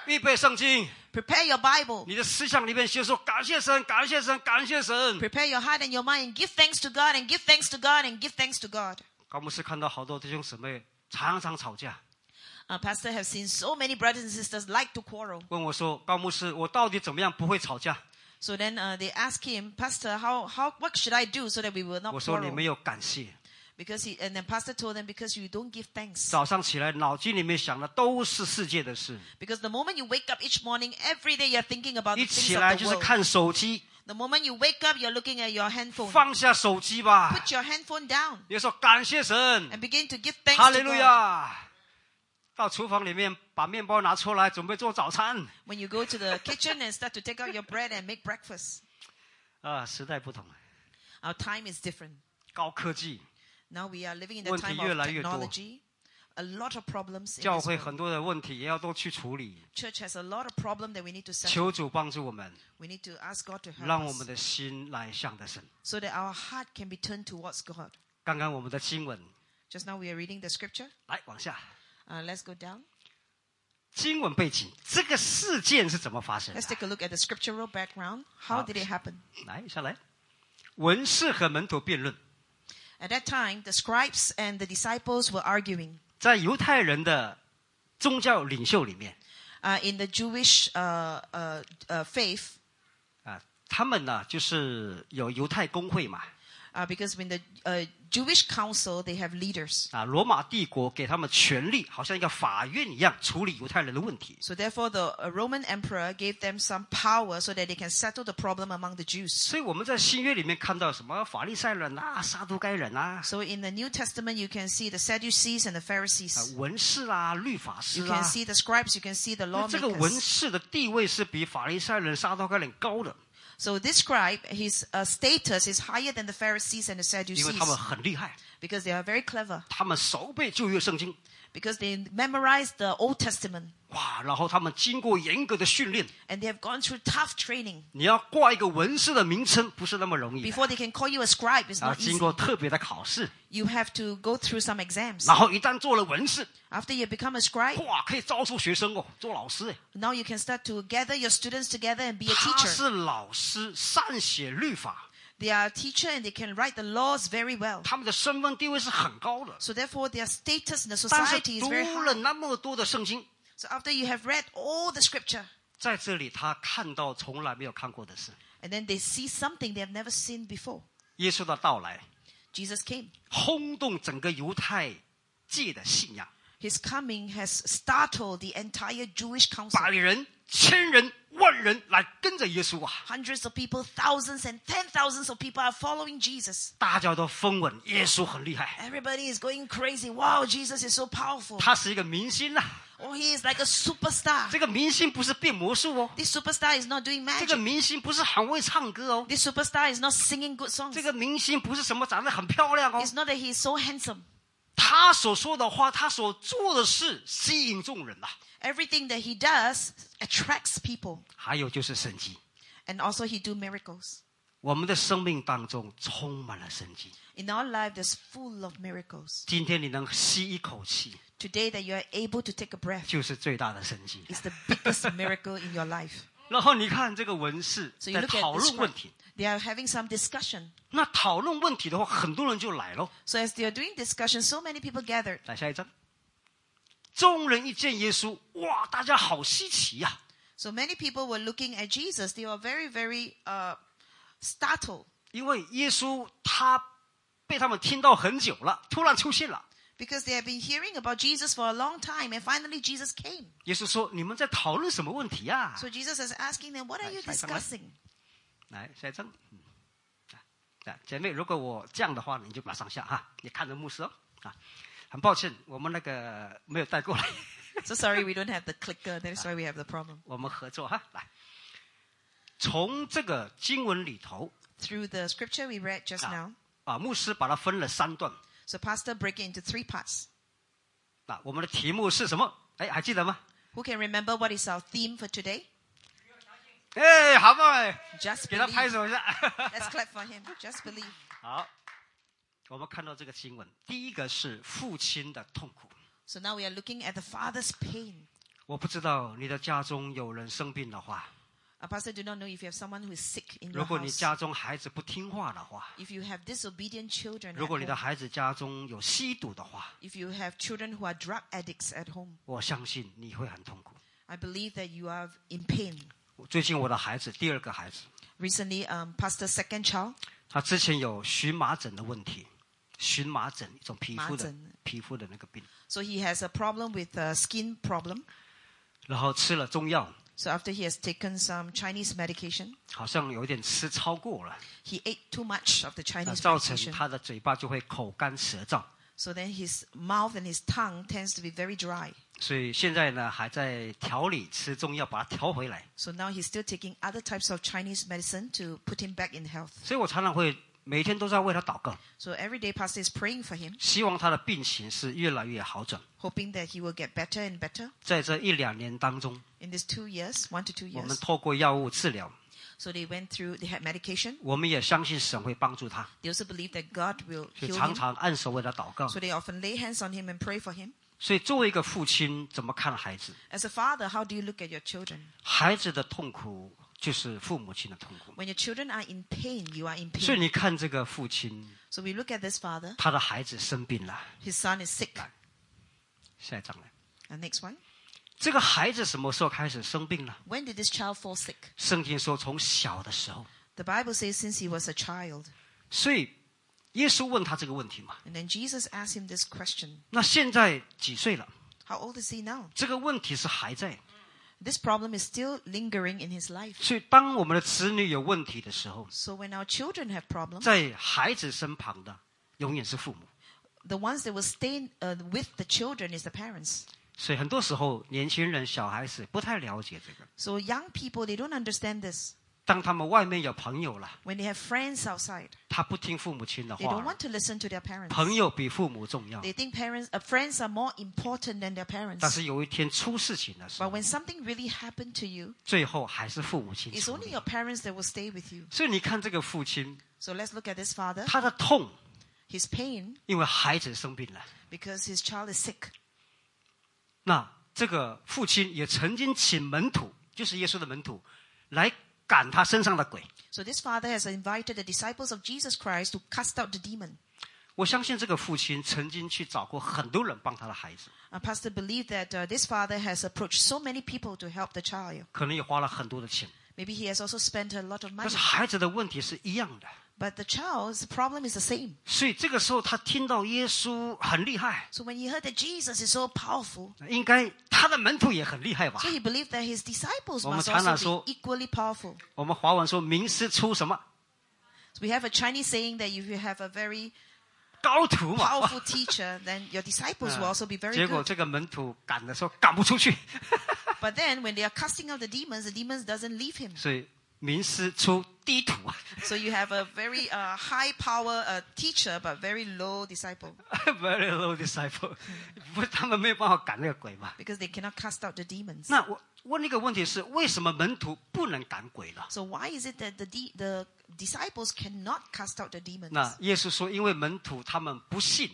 Speaker 1: 预备圣经，
Speaker 2: Prepare your Bible.
Speaker 1: 你的思想里面学说感谢神，感谢神，感谢神。
Speaker 2: Prepare your heart and your mind and give thanks to God and give thanks to God and give thanks to God.
Speaker 1: 高牧师看到好多弟兄姊妹常常吵架，
Speaker 2: Our Uh, pastor have seen so many brothers and sisters like to quarrel.
Speaker 1: 问我说：“高牧师，我到底怎么样不会吵架
Speaker 2: So then uh, they ask him, Pastor, how, how, what should I do so that we will？”
Speaker 1: 我
Speaker 2: not
Speaker 1: 说：“你
Speaker 2: quarrel?
Speaker 1: 没有感谢，
Speaker 2: Because he, and then pastor told them, because you don't give thanks.
Speaker 1: 早上起来脑筋里面想的都是世界的事，
Speaker 2: Because the moment you wake up each morning, every day you're thinking about
Speaker 1: 一
Speaker 2: the
Speaker 1: 起
Speaker 2: things
Speaker 1: 来
Speaker 2: of
Speaker 1: 就
Speaker 2: the
Speaker 1: 是
Speaker 2: world.
Speaker 1: 看手机，
Speaker 2: The moment you wake up, you're looking at your handphone.
Speaker 1: 放下手机吧。
Speaker 2: Put your handphone down
Speaker 1: 你说感谢神，
Speaker 2: and begin to give thanks
Speaker 1: 哈
Speaker 2: to
Speaker 1: 利路
Speaker 2: God.
Speaker 1: 亚。到厨房里面把面包拿出来，准备做早餐。
Speaker 2: When you go to the kitchen and start to take out your bread and make breakfast.
Speaker 1: 啊，时代不同，
Speaker 2: Our time is different.
Speaker 1: 高科技，
Speaker 2: Now we are living in the
Speaker 1: 问题
Speaker 2: time
Speaker 1: 越来越多。
Speaker 2: of technology. A lot of problems. In
Speaker 1: 教
Speaker 2: this
Speaker 1: 会
Speaker 2: world.
Speaker 1: 很多的问题也要都去处理。
Speaker 2: Church has a lot of problem that we need to settle.
Speaker 1: 求主帮助我们，
Speaker 2: We need to ask God to help
Speaker 1: 让我们
Speaker 2: us
Speaker 1: 的心来向着神。
Speaker 2: so that our heart can be turned towards God.
Speaker 1: 刚刚我们的经文，
Speaker 2: Just now we are reading the scripture.
Speaker 1: 来往下。
Speaker 2: Uh, let's go down.
Speaker 1: 经文背景，这个事件是怎么发生的
Speaker 2: Let's？take a look at the scriptural background. How
Speaker 1: Ah.
Speaker 2: did it happen?
Speaker 1: 来下来，文士和门徒辩论，
Speaker 2: At that time, the scribes and the disciples were arguing.
Speaker 1: 在犹太人的宗教领袖里面
Speaker 2: Uh, in the Jewish uh, uh, uh, faith,
Speaker 1: 啊，他们呢就是有犹太公会嘛
Speaker 2: uh, because in the uh, Jewish council, they have leaders.
Speaker 1: 啊，罗马帝国给他们权力，好像一个法院一样处理犹太人的问题，
Speaker 2: So therefore, the uh, Roman emperor gave them some power so that they can settle the problem among the Jews.
Speaker 1: 所以我们在新约里面看到什么法利赛人啊、撒都该人啊、
Speaker 2: So in the New Testament, you can see the Sadducees and the
Speaker 1: 啊
Speaker 2: Pharisees.
Speaker 1: 文士啊、律法
Speaker 2: You
Speaker 1: 师
Speaker 2: can
Speaker 1: 啊。
Speaker 2: see the scribes. You can see the
Speaker 1: 那这个文
Speaker 2: lawmakers.
Speaker 1: 士的地位是比法利赛人、撒都该人高的，
Speaker 2: So this scribe, his uh, status is higher than the Pharisees and the
Speaker 1: 因为
Speaker 2: Sadducees
Speaker 1: 他们很厉害，
Speaker 2: because they are very clever.
Speaker 1: 他们熟背旧约圣经，
Speaker 2: Because they memorized the Old Testament
Speaker 1: 哇，然后他们经过严格的训练，
Speaker 2: and they have gone through tough training.
Speaker 1: 你要挂一个文士的名称不是那么容易的，
Speaker 2: Before they can call you a scribe, it's
Speaker 1: 然后
Speaker 2: not
Speaker 1: 经
Speaker 2: easy.
Speaker 1: 过特别的考试，
Speaker 2: You have to go through some exams.
Speaker 1: 然后一旦做了文士，
Speaker 2: After you become a scribe,
Speaker 1: 哇，可以招收学生哦，做老师哎，
Speaker 2: now you can start to gather your students together and be a
Speaker 1: 他
Speaker 2: teacher.
Speaker 1: 是老师，善写律法，
Speaker 2: They are a teacher and they can write the laws very well.
Speaker 1: 他们的身份地位是很高的，
Speaker 2: So therefore, their status in the
Speaker 1: 但是
Speaker 2: society is
Speaker 1: 读
Speaker 2: very
Speaker 1: 了
Speaker 2: high.
Speaker 1: 那么多的圣经，
Speaker 2: So after you have read all the scripture,
Speaker 1: 在这里他看到从来没有看过的事，
Speaker 2: and then they see something they have never seen before.
Speaker 1: 耶稣的到来
Speaker 2: Jesus came.
Speaker 1: 轰动整个犹太界的信仰，
Speaker 2: His coming has startled the entire Jewish council.
Speaker 1: 百人、千人、万人来跟着耶稣啊。
Speaker 2: Hundreds of people, thousands and ten thousands of people are following Jesus.
Speaker 1: 大家都分吻耶稣很厉害，
Speaker 2: Everybody is going crazy. Wow, Jesus is so powerful.
Speaker 1: 他是一个明星呐、啊，
Speaker 2: Oh, he is like a superstar.
Speaker 1: 这个明星不是变魔术 哦，
Speaker 2: This superstar is not doing
Speaker 1: 这个
Speaker 2: magic.
Speaker 1: 明星不是很会唱歌 哦，
Speaker 2: This superstar is not singing good songs.
Speaker 1: 这个明星不是什么长得很漂亮 哦
Speaker 2: It's，not that he is so handsome.
Speaker 1: 他所说的话，他所做的事吸引众人呐、
Speaker 2: Everything that he does attracts people.
Speaker 1: 还有就是神迹，
Speaker 2: And also he do miracles.
Speaker 1: 我们的生命当中充满了神迹。
Speaker 2: In our life, there's full of miracles.
Speaker 1: 今天你能吸一口气，
Speaker 2: Today that you are able to take a breath
Speaker 1: 就是最大的神 迹。
Speaker 2: is the biggest miracle in your life.
Speaker 1: 然后你看这个文士
Speaker 2: So you
Speaker 1: 在
Speaker 2: look at
Speaker 1: 讨
Speaker 2: this
Speaker 1: 论
Speaker 2: script,
Speaker 1: 问题，
Speaker 2: they are having some discussion.
Speaker 1: 那讨论问题的话，很多人就来了。
Speaker 2: So as they are doing discussion, so many people gathered.
Speaker 1: 来下一张，众人一见耶稣，哇，大家好稀奇呀、
Speaker 2: So many people were looking at Jesus. They were very, very uh, startled
Speaker 1: 因为耶稣他被他们听到很久了，突然出现了。
Speaker 2: because they had been hearing about Jesus for a long time, and finally Jesus came.
Speaker 1: 耶稣说：“你们在讨论什么问题啊呀、
Speaker 2: So Jesus is asking them, "What are you
Speaker 1: Right, so I come on.
Speaker 2: discussing?"
Speaker 1: 来，下一张。嗯啊，姐妹，如果我这样的话，你就马上下哈、你看着牧师哦。啊，很抱歉，我们那个没有带过来，
Speaker 2: So sorry, we don't have the clicker. That is why we have the problem.
Speaker 1: 我们合作哈、来，从这个经文里头
Speaker 2: Through the scripture we read just
Speaker 1: 啊
Speaker 2: now,
Speaker 1: 啊，牧师把它分了三段。
Speaker 2: so Pastor break it into three parts.
Speaker 1: 啊，我们的题目是什么？哎，还记得吗？
Speaker 2: Who can remember what is our theme for today?
Speaker 1: 哎，好不好？哎
Speaker 2: Just
Speaker 1: 给他
Speaker 2: believe.
Speaker 1: 拍手一下。
Speaker 2: Let's clap for him. Just believe.
Speaker 1: 好，我们看到这个新闻，第一个是父亲的痛苦。
Speaker 2: So now we are looking at the father's pain.
Speaker 1: 我不知道你的家中有人生病的话，
Speaker 2: A pastor do not know if you have someone who is sick in
Speaker 1: 如
Speaker 2: your
Speaker 1: 果你
Speaker 2: house.
Speaker 1: 家中孩子不听话的话，
Speaker 2: If you have disobedient children,
Speaker 1: 如
Speaker 2: at
Speaker 1: 果你的
Speaker 2: home,
Speaker 1: 孩子家中有吸毒的话，
Speaker 2: if you have children who are drug addicts at home,
Speaker 1: 我相信你会很痛苦。
Speaker 2: I believe that you are in pain.
Speaker 1: 我最近我的孩子，第二个孩子，
Speaker 2: Recently, um, Pastor's second child,
Speaker 1: 他之前有荨麻疹的问题，荨麻疹一种皮肤
Speaker 2: 麻
Speaker 1: 的
Speaker 2: 疹
Speaker 1: 皮肤的那个病，
Speaker 2: so he has a problem with a skin problem.
Speaker 1: 然后吃了中药，
Speaker 2: So after he has taken some Chinese medication,
Speaker 1: 好像有点吃超过了，
Speaker 2: he ate too much of the
Speaker 1: 那
Speaker 2: Chinese
Speaker 1: 造成
Speaker 2: medication.
Speaker 1: 他的嘴巴就会口干舌燥，
Speaker 2: So then his mouth and his tongue tends to be very dry.
Speaker 1: 所以现在呢还在调理吃中药，把它调回来。
Speaker 2: So now he's still taking other types of Chinese medicine to put him back in health.
Speaker 1: 所以我常常会每天都在为他祷告，
Speaker 2: So every day pastor is praying for him,
Speaker 1: 希望他的病情是越来越好转。
Speaker 2: hoping that he will get better and better
Speaker 1: 在这一两年当中，
Speaker 2: in these two years, one to two
Speaker 1: 我们
Speaker 2: years.
Speaker 1: 透过药物治疗，
Speaker 2: So they went through, they had medication.
Speaker 1: 我们也相信神会帮助他，
Speaker 2: They also believe that God will
Speaker 1: 所以
Speaker 2: heal
Speaker 1: 常
Speaker 2: him.
Speaker 1: 常按手为他祷告。
Speaker 2: So they often lay hands on him and pray for him.
Speaker 1: 所以作为一个父亲，怎么看孩子？
Speaker 2: As a father, how do you look at your children?
Speaker 1: 孩子的痛苦就是父母亲的痛苦。
Speaker 2: When your children are in pain, you are in
Speaker 1: 所以
Speaker 2: pain.
Speaker 1: 你看这个父亲，
Speaker 2: So we look at this father.
Speaker 1: 他的孩子生病了，
Speaker 2: His son is sick.
Speaker 1: 下一张来。
Speaker 2: And next one.
Speaker 1: 这个孩子什么时候开始生病呢？
Speaker 2: When did this child fall sick?
Speaker 1: 圣经说从小的时候，
Speaker 2: The Bible says since he was a child.
Speaker 1: 所以耶稣问他这个问题嘛。
Speaker 2: And then Jesus asked him this question
Speaker 1: 那现在几岁了？
Speaker 2: How old is he now?
Speaker 1: 这个问题是还在。
Speaker 2: This problem is still lingering in his life.
Speaker 1: 所以当我们的子女有问题的时候，
Speaker 2: So when our children have problems,
Speaker 1: 在孩子身旁的永远是父母。
Speaker 2: the ones that will stay uh, with the children is the parents.
Speaker 1: 所以很多时候，年轻人、小孩子不太了解这个。
Speaker 2: So young people, they don't understand this.
Speaker 1: 当他们外面有朋友了，
Speaker 2: When they have friends outside,
Speaker 1: 他不听父母亲的
Speaker 2: they don't
Speaker 1: 话
Speaker 2: want，to listen to their parents.
Speaker 1: 朋友比父母重要。
Speaker 2: They think parents, uh, friends are more important than their
Speaker 1: 但
Speaker 2: parents.
Speaker 1: 是有一天出事情的时
Speaker 2: But
Speaker 1: 候，
Speaker 2: when something really happened to you,
Speaker 1: 最后还是父母亲
Speaker 2: it's
Speaker 1: 处
Speaker 2: only
Speaker 1: 理。
Speaker 2: your parents that will stay with you.
Speaker 1: 所以你看这个父亲，
Speaker 2: So let's look at this father.
Speaker 1: 他的痛，
Speaker 2: His pain
Speaker 1: 因为孩子生病了。
Speaker 2: because his child is sick.
Speaker 1: 那这个父亲也曾经请门徒，就是耶稣的门徒，来赶他身上的鬼。
Speaker 2: So this father has invited the disciples of Jesus Christ to cast out the demon.
Speaker 1: 我相信这个父亲曾经去找过很多人帮他的孩子，
Speaker 2: Our pastor believed that uh, this father has approached so many people to help the child.
Speaker 1: 可能也花了很多的钱，
Speaker 2: Maybe he has also spent a lot of
Speaker 1: 但
Speaker 2: money.
Speaker 1: 是孩子的问题是一样的。
Speaker 2: But the child's problem is the same.
Speaker 1: 所以这个时候，他听到耶稣很厉害，
Speaker 2: So when he heard that Jesus is so powerful,
Speaker 1: 应该他的门徒也很厉害吧
Speaker 2: so？he believed that his disciples
Speaker 1: 我们
Speaker 2: must
Speaker 1: 常常说-
Speaker 2: also be equally powerful.
Speaker 1: 我们华文说“名师出什么
Speaker 2: So we have a Chinese saying that if you have a very
Speaker 1: 高徒嘛。哇
Speaker 2: powerful teacher, then your disciples will also be very
Speaker 1: 结果
Speaker 2: good.
Speaker 1: 这个门徒赶的时候赶不出去，
Speaker 2: But then when they are casting out the demons, the demons doesn't leave him.
Speaker 1: 所以名师出低徒啊，
Speaker 2: So you have a very uh, high power uh, teacher, but very low disciple
Speaker 1: very low disciple，不，他们没有办法赶那个鬼嘛。
Speaker 2: because they cannot cast out the demons.
Speaker 1: 那我问一个问题是，为什么门徒不能赶鬼呢？
Speaker 2: So why is it that the de- the disciples cannot cast out the demons?
Speaker 1: 那耶稣说，因为门徒他们不信，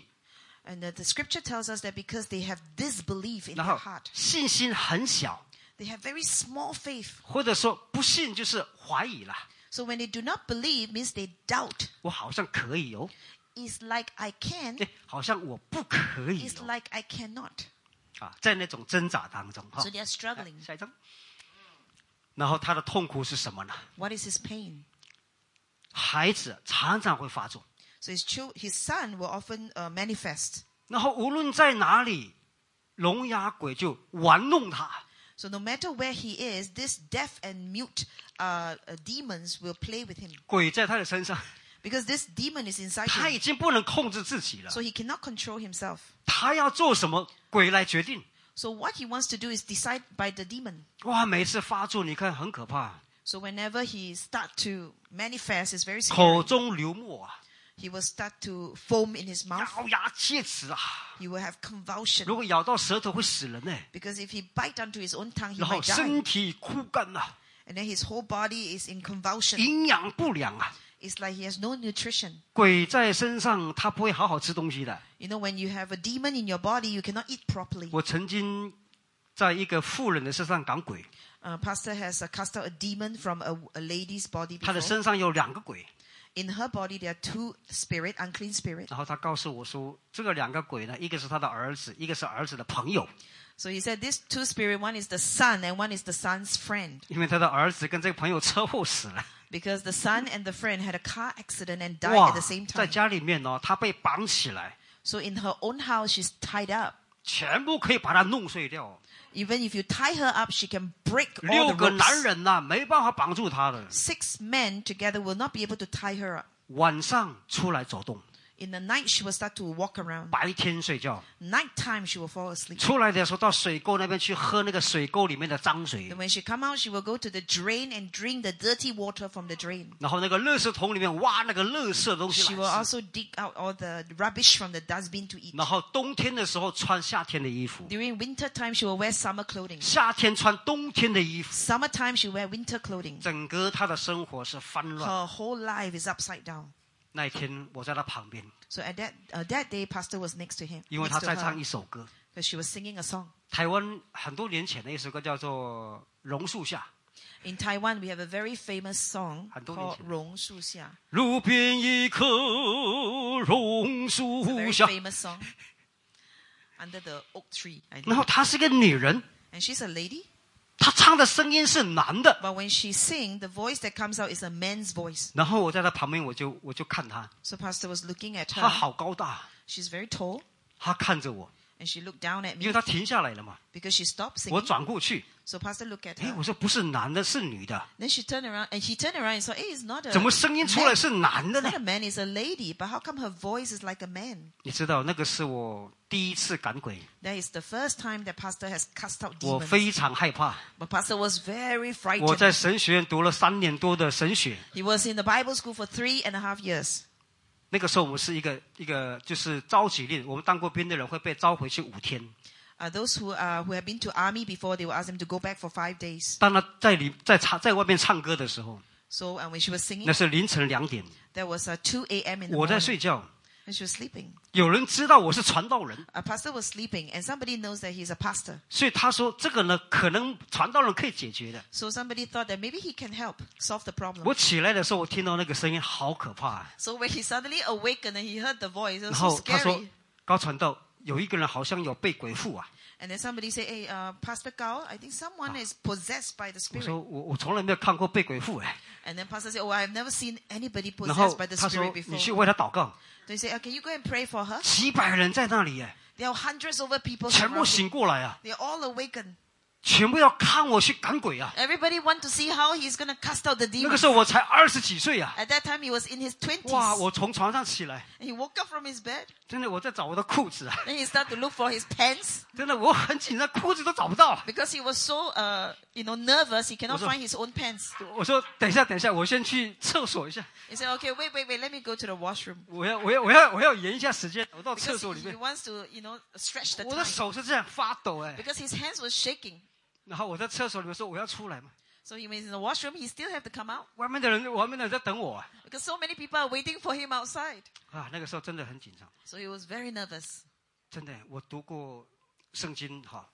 Speaker 2: And that the scripture tells us that because they have disbelief in
Speaker 1: 然
Speaker 2: their
Speaker 1: 后
Speaker 2: heart,
Speaker 1: 信心很小，
Speaker 2: they have very small faith.
Speaker 1: 或者说不信就是怀疑了。
Speaker 2: So when they do not believe, means they doubt.
Speaker 1: 我好像可以哦，
Speaker 2: It's like I can,
Speaker 1: 哎，好像我不可以
Speaker 2: it's
Speaker 1: 哦，
Speaker 2: like I cannot.
Speaker 1: 啊，在那种挣扎当中哈
Speaker 2: So。they are
Speaker 1: 来
Speaker 2: struggling.
Speaker 1: 下一张。然后他的痛苦是什么呢？
Speaker 2: What is his pain?
Speaker 1: 孩子常常会发作，
Speaker 2: So his chil- his son will often uh, manifest.
Speaker 1: 然后无论在哪里，聋哑鬼就玩弄他，
Speaker 2: So no matter where he is, this deaf and mute uh, uh, demons will play with him
Speaker 1: 鬼在他的身上，
Speaker 2: because this demon is inside
Speaker 1: 他
Speaker 2: him.
Speaker 1: 已经不能控制自己了
Speaker 2: So。he cannot control himself.
Speaker 1: 他要做什么，鬼来决定。
Speaker 2: So what he wants to do is decide by the demon.
Speaker 1: 哇，每次发作，你看很可怕，
Speaker 2: So whenever he start to manifest, it's very scary.
Speaker 1: 口中流沫啊，
Speaker 2: He will start to foam in his mouth.
Speaker 1: 咬牙切齿啊，
Speaker 2: He will have convulsion
Speaker 1: 如果咬到舌头会死人呢、
Speaker 2: because if he bite onto his own tongue, he
Speaker 1: 然后
Speaker 2: might
Speaker 1: 身
Speaker 2: die.
Speaker 1: 体枯干啊，
Speaker 2: And then his whole body is in convulsion.
Speaker 1: 营养不良啊。
Speaker 2: It's like he has no nutrition.
Speaker 1: 鬼在身上，他不会好好吃东西的。
Speaker 2: You know, when you have a demon in your body, you cannot eat properly.
Speaker 1: 我曾经在一个妇人的身上赶鬼，
Speaker 2: Uh, pastor has uh, cast out a demon from a, a lady's body
Speaker 1: 她的
Speaker 2: before.
Speaker 1: 身上有两个鬼，
Speaker 2: In her body, there are two spirit, unclean spirit.
Speaker 1: 然后她告诉我说，这个两个鬼呢，一个是她的儿子，一个是儿子的朋友，
Speaker 2: So he said, this two spirit, one is the son and one is the son's friend,
Speaker 1: 因为她的儿子跟这个朋友车祸死了。
Speaker 2: because the son and the friend had a car accident and died
Speaker 1: 哇
Speaker 2: at the same，
Speaker 1: 在
Speaker 2: time.
Speaker 1: 家里面呢，她被绑起来，
Speaker 2: So in her own house, she's tied up.
Speaker 1: 全部可以把她弄碎掉。
Speaker 2: Even if you tie her up, she can break
Speaker 1: 六
Speaker 2: all the
Speaker 1: 个
Speaker 2: ropes.
Speaker 1: 男人呐、没办法绑住她的。
Speaker 2: Six men together will not be able to tie her up.
Speaker 1: 晚上出来走动，
Speaker 2: In the night, she will start to walk around.
Speaker 1: 白天睡觉。
Speaker 2: Nighttime, she will fall asleep.
Speaker 1: 出来的时候到水沟那边去喝那个水沟里面的脏水
Speaker 2: Then，when she come out, she will go to the drain and drink the dirty water from the drain.
Speaker 1: 然后那个垃圾桶里面挖那个垃圾的东西
Speaker 2: She
Speaker 1: 来
Speaker 2: will
Speaker 1: 吃
Speaker 2: also dig out all the rubbish from the dustbin to eat.
Speaker 1: 然后冬天的时候穿夏天的衣服，
Speaker 2: During winter time, she will wear summer clothing.
Speaker 1: 夏天穿冬天的衣服，
Speaker 2: Summertime, she will wear winter clothing.
Speaker 1: 整个他的生活是翻乱。
Speaker 2: Her whole life is upside down.
Speaker 1: 那一天我在他旁边，
Speaker 2: So at that uh, that day, Pastor was next to him
Speaker 1: 因为他
Speaker 2: next
Speaker 1: 在
Speaker 2: to
Speaker 1: 唱
Speaker 2: her,
Speaker 1: 一首歌，
Speaker 2: because she was singing a song.
Speaker 1: 台湾很多年前的一首歌叫做《榕树下
Speaker 2: In Taiwan, we have a very famous song
Speaker 1: 很多年前。
Speaker 2: called "Rong Shu Xia," 》，
Speaker 1: 路边一棵榕
Speaker 2: It's a
Speaker 1: 树
Speaker 2: very
Speaker 1: 下。
Speaker 2: famous song under the oak tree. I
Speaker 1: 然
Speaker 2: think.
Speaker 1: 后她是个女人，
Speaker 2: And she's a lady,
Speaker 1: 她唱的声音是男的。
Speaker 2: but when she sing, the voice that comes out is a man's voice.
Speaker 1: 然后我在她旁边，我就我就看她，
Speaker 2: So Pastor was looking at
Speaker 1: 她
Speaker 2: her.
Speaker 1: 好高大，
Speaker 2: She's very tall,
Speaker 1: 她看着我，
Speaker 2: and she looked down at
Speaker 1: 因为
Speaker 2: me
Speaker 1: 她停下来了嘛。
Speaker 2: because she stopped
Speaker 1: 我
Speaker 2: singing.
Speaker 1: 转过去，
Speaker 2: So Pastor looked at
Speaker 1: 哎，
Speaker 2: her.
Speaker 1: 我说不是男的，是女的，
Speaker 2: Then she turned around, and he turned around and saw, "Hey, it's not a
Speaker 1: 怎么声音出来
Speaker 2: man.
Speaker 1: 是男的
Speaker 2: It's
Speaker 1: 呢
Speaker 2: not？a man, it's a lady. But how come her voice is like a man?"
Speaker 1: 你知道那个是我第一次赶鬼，
Speaker 2: That is the first time that Pastor has cast out
Speaker 1: 我
Speaker 2: demons.
Speaker 1: 非常害怕。
Speaker 2: But Pastor was very
Speaker 1: 我
Speaker 2: frightened.
Speaker 1: 在神学院读了三年多的神学，
Speaker 2: He was in the Bible school for three and a half years.
Speaker 1: 那个时候我们是一个一个就是召集令，我们当过兵的人会被召回去五天。
Speaker 2: Uh, those who uh, who have been to army before, they will ask them to go back for five days.
Speaker 1: 当他在里在唱在外面唱歌的时候，
Speaker 2: So uh, when she was singing,
Speaker 1: 那是凌晨两点，
Speaker 2: there was uh, 2 a.m. in the
Speaker 1: 我在
Speaker 2: morning,
Speaker 1: 睡觉，
Speaker 2: and she was sleeping.
Speaker 1: 有人知道我是传道人，
Speaker 2: A pastor was sleeping, and somebody knows that he's a pastor.
Speaker 1: 所以他说这个呢，可能传道人可以解决的。
Speaker 2: So somebody thought that maybe he can help solve the problem.
Speaker 1: 我起来的时候，我听到那个声音好可怕、啊。
Speaker 2: So when he suddenly awakened and he heard the voice, it
Speaker 1: 然
Speaker 2: was so
Speaker 1: 后他说
Speaker 2: 嗯 scary.：“
Speaker 1: 高传道，有一个人好像有被鬼附啊。
Speaker 2: And then somebody said, "Hey, uh, Pastor Gao, I think someone is possessed by the ”
Speaker 1: 我
Speaker 2: spirit."
Speaker 1: 说：“我我从来没有看过被鬼附哎。
Speaker 2: And then pastor said, "Oh, I've never seen anybody
Speaker 1: 然后
Speaker 2: possessed by the
Speaker 1: 他说
Speaker 2: spirit：“
Speaker 1: 你去
Speaker 2: before."
Speaker 1: 为他祷告。
Speaker 2: They say, "Oh, can you go and pray for her?"
Speaker 1: 几百人在那里哎，
Speaker 2: There are hundreds over people.
Speaker 1: 全部
Speaker 2: surrounding.
Speaker 1: 醒过来啊，
Speaker 2: They're all awakened.
Speaker 1: 全部要看我去赶鬼啊！
Speaker 2: Everybody want to see how he's going to cast out the
Speaker 1: 那个
Speaker 2: demons.
Speaker 1: 时候我才二十几岁啊！
Speaker 2: At that time, he was in his 20s.
Speaker 1: 哇，我从床上起来，
Speaker 2: And he woke up from his bed.
Speaker 1: 真的我在找我的裤子啊！
Speaker 2: Then he started to look for his pants
Speaker 1: 真的我很紧张，裤子都找不到。啊
Speaker 2: because he was so, uh, you know, nervous. He cannot
Speaker 1: Was it-
Speaker 2: find his own pants.
Speaker 1: 我说等一下，等一下，我先去厕所一下，
Speaker 2: He said, "Okay, wait, wait, wait. Let me go to the washroom
Speaker 1: 我要我要我要我要延一下时间，我到厕
Speaker 2: because
Speaker 1: 所里
Speaker 2: he, he
Speaker 1: 面，
Speaker 2: wants to, you know, stretch the
Speaker 1: 我的
Speaker 2: time
Speaker 1: 手是这样发抖哎、
Speaker 2: because his hands were shaking.
Speaker 1: 然后我在厕所里面说我要出来嘛，
Speaker 2: So he was in the washroom. He still had to come out
Speaker 1: 外面的人外面的人在等我啊，
Speaker 2: because so many people are waiting for him outside.
Speaker 1: 啊那个时候真的很紧张，
Speaker 2: So he was very nervous.
Speaker 1: 真的我读过圣经哈，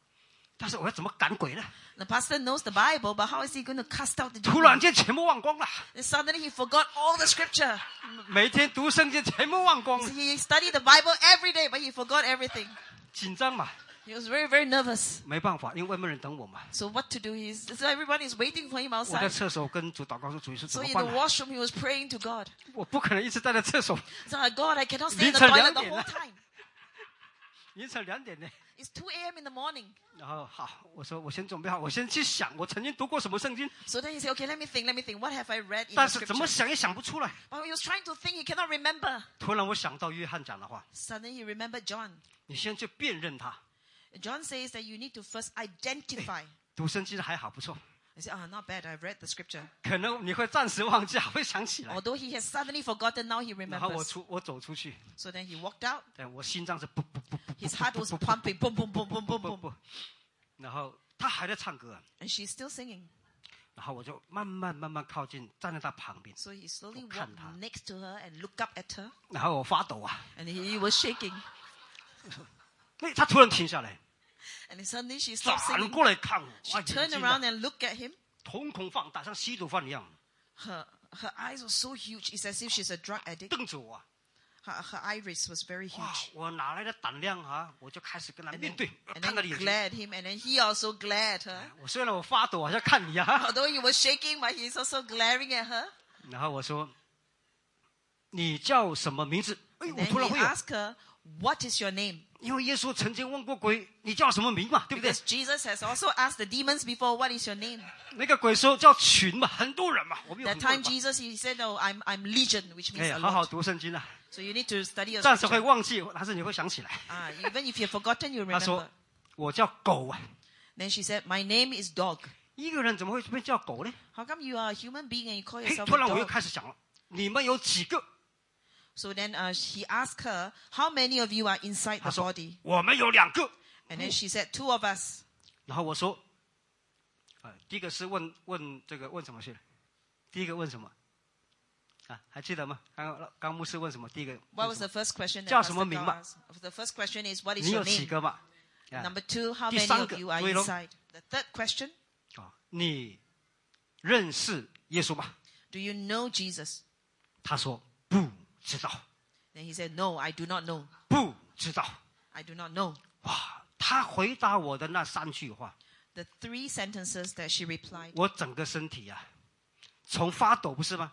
Speaker 1: 但是我要怎么赶鬼呢？
Speaker 2: The pastor knows the Bible, but how is he going to cast out the
Speaker 1: 突然
Speaker 2: demons?
Speaker 1: 间全部忘光了，
Speaker 2: And suddenly he forgot all the scripture.
Speaker 1: 每天读圣经全部忘光
Speaker 2: So
Speaker 1: 了，
Speaker 2: he studied the Bible every day, but he forgot everything.
Speaker 1: 紧张嘛，
Speaker 2: He was very, very nervous.
Speaker 1: 没办法，因为外面人等我嘛。
Speaker 2: So what to do? He's so everyone is waiting for him
Speaker 1: 我在
Speaker 2: outside.
Speaker 1: 厕所跟主祷告说：“主耶稣怎
Speaker 2: So
Speaker 1: 么
Speaker 2: in
Speaker 1: 办
Speaker 2: the
Speaker 1: 呢、
Speaker 2: washroom, he was praying to God.
Speaker 1: 我不可能一直待在厕所，
Speaker 2: So like, God, I cannot stay in the
Speaker 1: 凌晨
Speaker 2: toilet
Speaker 1: 2
Speaker 2: the
Speaker 1: 点
Speaker 2: whole
Speaker 1: 了。
Speaker 2: time.
Speaker 1: 凌晨两点呢。
Speaker 2: It's 2 a.m. in the morning. ”
Speaker 1: 然后好，我说我先准备好，我先去想我曾经读过什么圣经，
Speaker 2: So then he said, okay, let me think, let me think. What have I read in
Speaker 1: 但
Speaker 2: the
Speaker 1: 是
Speaker 2: scripture?
Speaker 1: 怎么想也想不出来。
Speaker 2: But he was trying to think. He cannot remember.
Speaker 1: 突然我想到约翰讲的话：
Speaker 2: Suddenly he remembered John.
Speaker 1: 你先去辨认他。
Speaker 2: John says that you need to first identify.
Speaker 1: 读圣经还好不错，
Speaker 2: I said, ah, not bad. I've read the scripture.
Speaker 1: 可能你会暂时忘记，还会想起来。
Speaker 2: Although he has suddenly forgotten, now he
Speaker 1: 然后我
Speaker 2: remembers.
Speaker 1: 出，我走出去，
Speaker 2: So then he walked out.
Speaker 1: 哎，我心脏是不不不不
Speaker 2: His heart was pumping, boom, boom, boom, boom, boom,
Speaker 1: 不
Speaker 2: boom.
Speaker 1: 不。然后他还在唱歌，啊
Speaker 2: And she's still singing.
Speaker 1: 然后我就慢慢慢慢靠近，站在他旁边，
Speaker 2: So he slowly
Speaker 1: 我看
Speaker 2: walked
Speaker 1: 他。
Speaker 2: next to her and looked up at her.
Speaker 1: 然后我发抖啊，
Speaker 2: And he, he was shaking.
Speaker 1: 哎，他突然停下来，
Speaker 2: And then suddenly she stopped
Speaker 1: 转
Speaker 2: singing.
Speaker 1: 过来看我，
Speaker 2: She
Speaker 1: 哇，眼
Speaker 2: turned
Speaker 1: 睛
Speaker 2: around
Speaker 1: 啊
Speaker 2: and looked at him.
Speaker 1: 瞳孔放大，像吸毒犯一样，
Speaker 2: Her, her eyes were so huge. It's as if she's a drug addict.
Speaker 1: 瞪着我啊。
Speaker 2: Her, her iris was very
Speaker 1: 哇
Speaker 2: huge.！
Speaker 1: 我哪来的胆量啊？我就开始跟他
Speaker 2: And
Speaker 1: 面
Speaker 2: then,
Speaker 1: 对，
Speaker 2: and
Speaker 1: 看他
Speaker 2: then
Speaker 1: 的
Speaker 2: he
Speaker 1: 眼睛。
Speaker 2: glared him. And then he also glared her.
Speaker 1: 我虽然我发抖，好像看你 啊。
Speaker 2: Although he was shaking, but he's also glaring at her.
Speaker 1: 然后我说：“你叫什么名字？”哎，
Speaker 2: And
Speaker 1: 我
Speaker 2: then
Speaker 1: 突然
Speaker 2: he
Speaker 1: 会有，
Speaker 2: asked her, What is your name?
Speaker 1: 因为耶稣曾经问过鬼：“你叫什么名嘛？”对不对
Speaker 2: Because？Jesus has also asked the demons before, What is your name?
Speaker 1: 那个鬼说叫群嘛，很多人嘛，我们有很
Speaker 2: That
Speaker 1: 多人
Speaker 2: time
Speaker 1: 嘛。
Speaker 2: Jesus he said, Oh, I'm I'm legion, which means
Speaker 1: 哎，
Speaker 2: a
Speaker 1: 好好
Speaker 2: lot.
Speaker 1: 读圣经啊，
Speaker 2: So you need to study your
Speaker 1: 暂时会
Speaker 2: scripture.
Speaker 1: 忘记，但是你会想起来。
Speaker 2: Ah, even if you've forgotten, you
Speaker 1: 他说
Speaker 2: remember.：“
Speaker 1: 我叫狗啊，
Speaker 2: Then she said, My name is dog.
Speaker 1: 一个人怎么会被叫狗呢
Speaker 2: How come you are a human being and you call？”
Speaker 1: 嘿，
Speaker 2: yourself
Speaker 1: 突
Speaker 2: a
Speaker 1: 然我又
Speaker 2: dog?
Speaker 1: 开始想了，你们有几个？
Speaker 2: So then uh, he asked her, How many of you are inside
Speaker 1: 他
Speaker 2: the
Speaker 1: 说
Speaker 2: body?：“
Speaker 1: 我们有两个。”
Speaker 2: And then she said, Two of us.
Speaker 1: 然后我说，呃，第一个是问问这个问什么去了？第一个问什么？啊，还记得吗？刚刚刚牧师问什么？第一个问
Speaker 2: What was
Speaker 1: 什
Speaker 2: the
Speaker 1: 么
Speaker 2: first question that
Speaker 1: 叫什么名嘛？
Speaker 2: Pastor asked? The first question is, What is
Speaker 1: 你
Speaker 2: your
Speaker 1: 有几
Speaker 2: name?
Speaker 1: 个嘛？啊
Speaker 2: Number two, How many
Speaker 1: 第三个，
Speaker 2: of you are
Speaker 1: 对咯。
Speaker 2: inside? The third question,
Speaker 1: 啊，你认识耶稣吗？
Speaker 2: Do you know Jesus?
Speaker 1: 他说不知道，
Speaker 2: Then he said, No, I do not know.
Speaker 1: 不知道。
Speaker 2: I do not know.
Speaker 1: 哇，他回答我的那三句话，
Speaker 2: The three sentences that she replied
Speaker 1: 我整个身体啊，从发抖不是吗？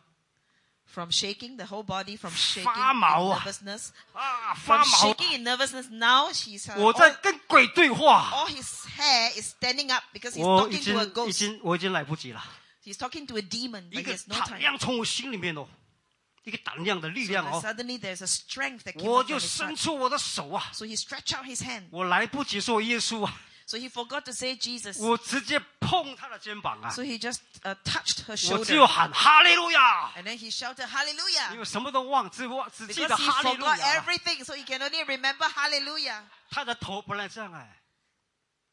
Speaker 2: from shaking, the whole body from shaking in
Speaker 1: 发毛啊。
Speaker 2: nervousness.
Speaker 1: 啊，发
Speaker 2: From
Speaker 1: 毛！
Speaker 2: shaking in nervousness, now she's uh,
Speaker 1: 我
Speaker 2: all,
Speaker 1: 在跟鬼对话，
Speaker 2: all his hair is standing up because he's
Speaker 1: 我已
Speaker 2: talking
Speaker 1: 经
Speaker 2: to a
Speaker 1: 已
Speaker 2: ghost.
Speaker 1: 经我已经来不及了。
Speaker 2: He's talking to a demon,
Speaker 1: 一
Speaker 2: but he
Speaker 1: 个
Speaker 2: has no
Speaker 1: 胆
Speaker 2: time.
Speaker 1: 量从我心里面哦，一个胆量的力
Speaker 2: So
Speaker 1: 量
Speaker 2: then
Speaker 1: 哦，
Speaker 2: suddenly there's a strength that came out
Speaker 1: 我
Speaker 2: from
Speaker 1: 就
Speaker 2: his
Speaker 1: 伸
Speaker 2: heart.
Speaker 1: 出我的手啊，
Speaker 2: So he stretched out his hand.
Speaker 1: 我来不及说耶稣啊，
Speaker 2: So he forgot to say Jesus.
Speaker 1: 我直接碰他的肩膀啊
Speaker 2: So，he just uh, touched her
Speaker 1: 我只有
Speaker 2: shoulder.
Speaker 1: 喊哈利路亚，
Speaker 2: And then he shouted,
Speaker 1: 因
Speaker 2: Hallelujah!
Speaker 1: 为什么都忘，只忘只记
Speaker 2: Because
Speaker 1: 得
Speaker 2: he
Speaker 1: 哈利路
Speaker 2: forgot
Speaker 1: 亚。
Speaker 2: everything, so he can only remember Hallelujah.
Speaker 1: 他的头本来这样哎，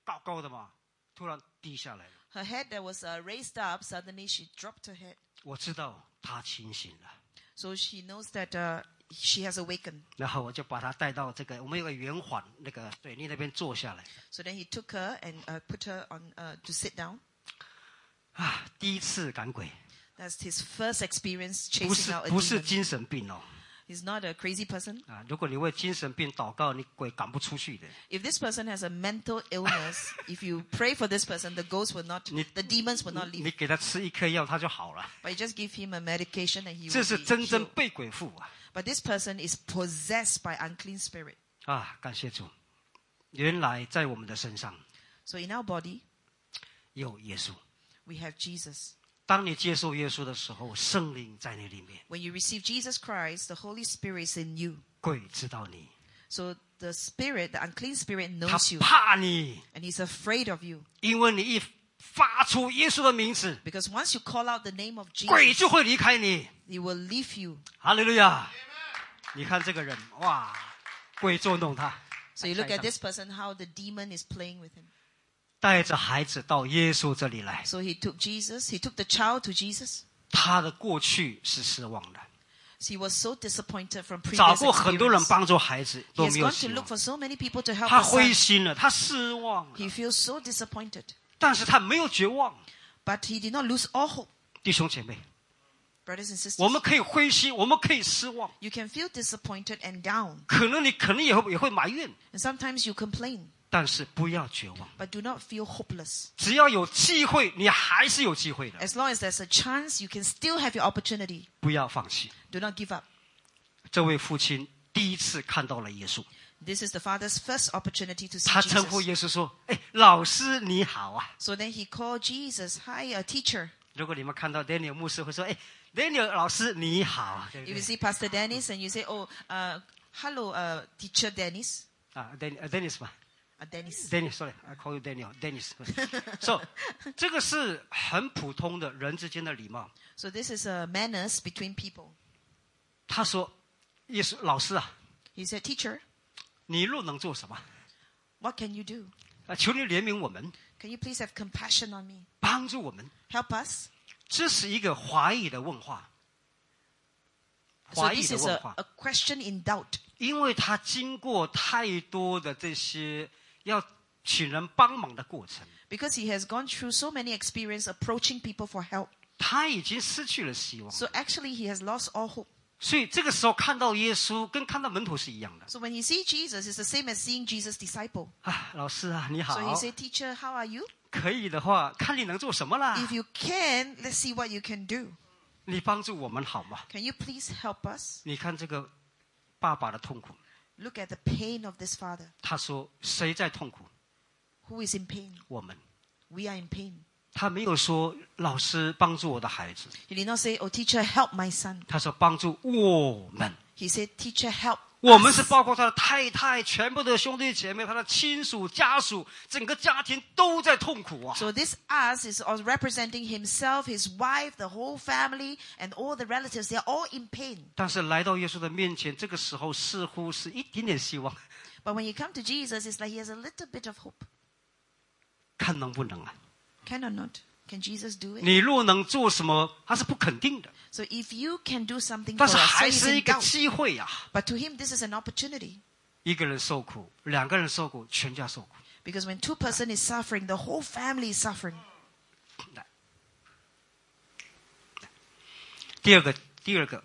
Speaker 1: 高高的嘛，突然低下来了。
Speaker 2: Her head that was uh, raised up, suddenly she dropped her head.
Speaker 1: 我知道他清醒了，
Speaker 2: So she knows that uh, she has awakened.
Speaker 1: 然后我就把他带到这个我们有个圆环那个水泥那边坐下来
Speaker 2: So then he took her and uh, put her on uh, to sit down.
Speaker 1: 啊，第一次赶鬼，
Speaker 2: That's his first experience
Speaker 1: 不是
Speaker 2: chasing out a
Speaker 1: 不是
Speaker 2: demon.
Speaker 1: 精神病哦。
Speaker 2: He's not a crazy person.
Speaker 1: 啊，如果你为精神病祷告，你鬼赶不出去的。
Speaker 2: If this person has a mental illness, if you pray for this person, the ghosts will not,
Speaker 1: Ni-
Speaker 2: the demons will not
Speaker 1: 你
Speaker 2: leave.
Speaker 1: 给他吃一颗药，他就好了。
Speaker 2: But you just give him a medication and he
Speaker 1: 这
Speaker 2: will
Speaker 1: 是
Speaker 2: be
Speaker 1: 真正
Speaker 2: healed.
Speaker 1: 被鬼附啊！
Speaker 2: But this person is possessed by unclean spirit.
Speaker 1: 啊，感谢主，原来在我们的身上，
Speaker 2: So in our body,
Speaker 1: 有耶稣。
Speaker 2: We have Jesus.
Speaker 1: 当你接受耶稣的时候，圣灵在你里面，
Speaker 2: When you receive Jesus Christ, the Holy Spirit is in you.
Speaker 1: 鬼知道你，
Speaker 2: So the spirit, the unclean spirit,
Speaker 1: 他
Speaker 2: knows you
Speaker 1: 怕你，
Speaker 2: and he's afraid of you
Speaker 1: 因为你一发出耶稣的名字，
Speaker 2: because once you call out the name of
Speaker 1: 鬼
Speaker 2: Jesus,
Speaker 1: 就会离开你。
Speaker 2: he will leave you.
Speaker 1: 哈利路亚！你看这个人，哇，鬼捉弄他。
Speaker 2: So you look
Speaker 1: 下一
Speaker 2: at
Speaker 1: 张
Speaker 2: this person, how the demon is playing with him.
Speaker 1: 带着孩子到耶稣这里来，
Speaker 2: So he took Jesus, he took the child to Jesus.
Speaker 1: 他的过去是失望的，
Speaker 2: So he was so disappointed from
Speaker 1: 找
Speaker 2: previous
Speaker 1: 过很多人
Speaker 2: experience.
Speaker 1: 帮助孩子
Speaker 2: He
Speaker 1: 都
Speaker 2: has
Speaker 1: 没有
Speaker 2: gone to
Speaker 1: 希望
Speaker 2: look，for so many people to help
Speaker 1: 他
Speaker 2: his
Speaker 1: 灰
Speaker 2: son.
Speaker 1: 心了，他失望了，
Speaker 2: He feels so disappointed.
Speaker 1: 但是他没有绝望。
Speaker 2: But he did not lose all hope,
Speaker 1: 弟兄姐妹，
Speaker 2: brothers and sisters.
Speaker 1: 我们可以灰心，我们可以失望，
Speaker 2: You can feel disappointed and down.
Speaker 1: 可能你可能也会也会埋怨，
Speaker 2: And sometimes you complain,
Speaker 1: 但是不要绝望，
Speaker 2: but do not feel hopeless.
Speaker 1: 只要有机会，你还是有机会的，
Speaker 2: As long as there's a chance, you can still have your opportunity.
Speaker 1: 不要放弃。
Speaker 2: Do not give up.
Speaker 1: 这位父亲第一次看到了耶稣，
Speaker 2: This is the father's first opportunity to see
Speaker 1: 他称呼
Speaker 2: Jesus.
Speaker 1: 耶稣说：“哎，老师你好啊。”
Speaker 2: So then he called Jesus, Hi, a teacher.
Speaker 1: 如果你们看到 Daniel 牧师会说：“哎，Daniel 老师你好啊，对不
Speaker 2: If you
Speaker 1: 对
Speaker 2: see Pastor Dennis and you say, Oh, uh, hello, uh, teacher Dennis.
Speaker 1: 啊，Dan- 呃，Dennis 吧
Speaker 2: Uh, Dennis.
Speaker 1: ，Dennis sorry，I call you Daniel，Dennis。So，这个是很普通的人之间的礼貌。
Speaker 2: So this is a manners between people.
Speaker 1: 他说：“耶稣老师啊，
Speaker 2: He said, Teacher,
Speaker 1: 你若能做什么？
Speaker 2: what can you do?
Speaker 1: 啊，求你怜悯我们，
Speaker 2: Can you please have compassion on me?
Speaker 1: 帮助我们。
Speaker 2: Help us. ”
Speaker 1: 这是一个怀疑的问话，
Speaker 2: So
Speaker 1: 怀疑
Speaker 2: this
Speaker 1: 的
Speaker 2: is
Speaker 1: 问
Speaker 2: a,
Speaker 1: 话，
Speaker 2: a question in doubt
Speaker 1: 因为他经过太多的这些要请人帮忙的过程，
Speaker 2: because he has gone through so many experience approaching people for help.
Speaker 1: 他已经失去了希望。
Speaker 2: So actually he has lost all hope.
Speaker 1: 所以这个时候看到耶稣跟看到门徒是一样的
Speaker 2: So when you see Jesus, it's the same as seeing Jesus' disciple.
Speaker 1: 啊，老师啊，你
Speaker 2: So
Speaker 1: 好
Speaker 2: he，said, Teacher, how are you?
Speaker 1: 可以的话，看你能做什么啦，
Speaker 2: If you can, let's see what you can do.
Speaker 1: 你帮助我们好吗？
Speaker 2: Can you please help us?
Speaker 1: 你看这个爸爸的痛苦，
Speaker 2: Look at the pain of this father
Speaker 1: 他说谁在痛苦？
Speaker 2: who is in pain.
Speaker 1: 我们。
Speaker 2: We are in pain.
Speaker 1: 他没有说老师帮助我的孩子，
Speaker 2: He did not say, Oh, teacher, help my son.
Speaker 1: 他说帮助我们。
Speaker 2: He said, Teacher, help.
Speaker 1: 我们
Speaker 2: us."
Speaker 1: 是包括他的太太、全部的兄弟姐妹、他的亲属、家属，整个家庭都在痛苦啊！
Speaker 2: So this us is all representing himself, his wife, the whole family, and all the relatives. They are all in pain.
Speaker 1: 但是来到耶稣的面前，这个时候似乎是一点点希望，
Speaker 2: But when you come to Jesus, it's like he has a little bit of hope.
Speaker 1: 看能不能啊？
Speaker 2: Can or not? Can Jesus do it?
Speaker 1: 你若能做什么，他是不肯定的，
Speaker 2: So if you can do something for
Speaker 1: 但
Speaker 2: us,
Speaker 1: 是
Speaker 2: so
Speaker 1: 还
Speaker 2: he's
Speaker 1: 是一
Speaker 2: in
Speaker 1: 个
Speaker 2: doubt.
Speaker 1: 机会呀、
Speaker 2: But to him, this is an opportunity
Speaker 1: 一个人受苦，两个人受苦，全家受苦。
Speaker 2: because when two person is suffering, the whole family is suffering.
Speaker 1: 来，第二个，第二个，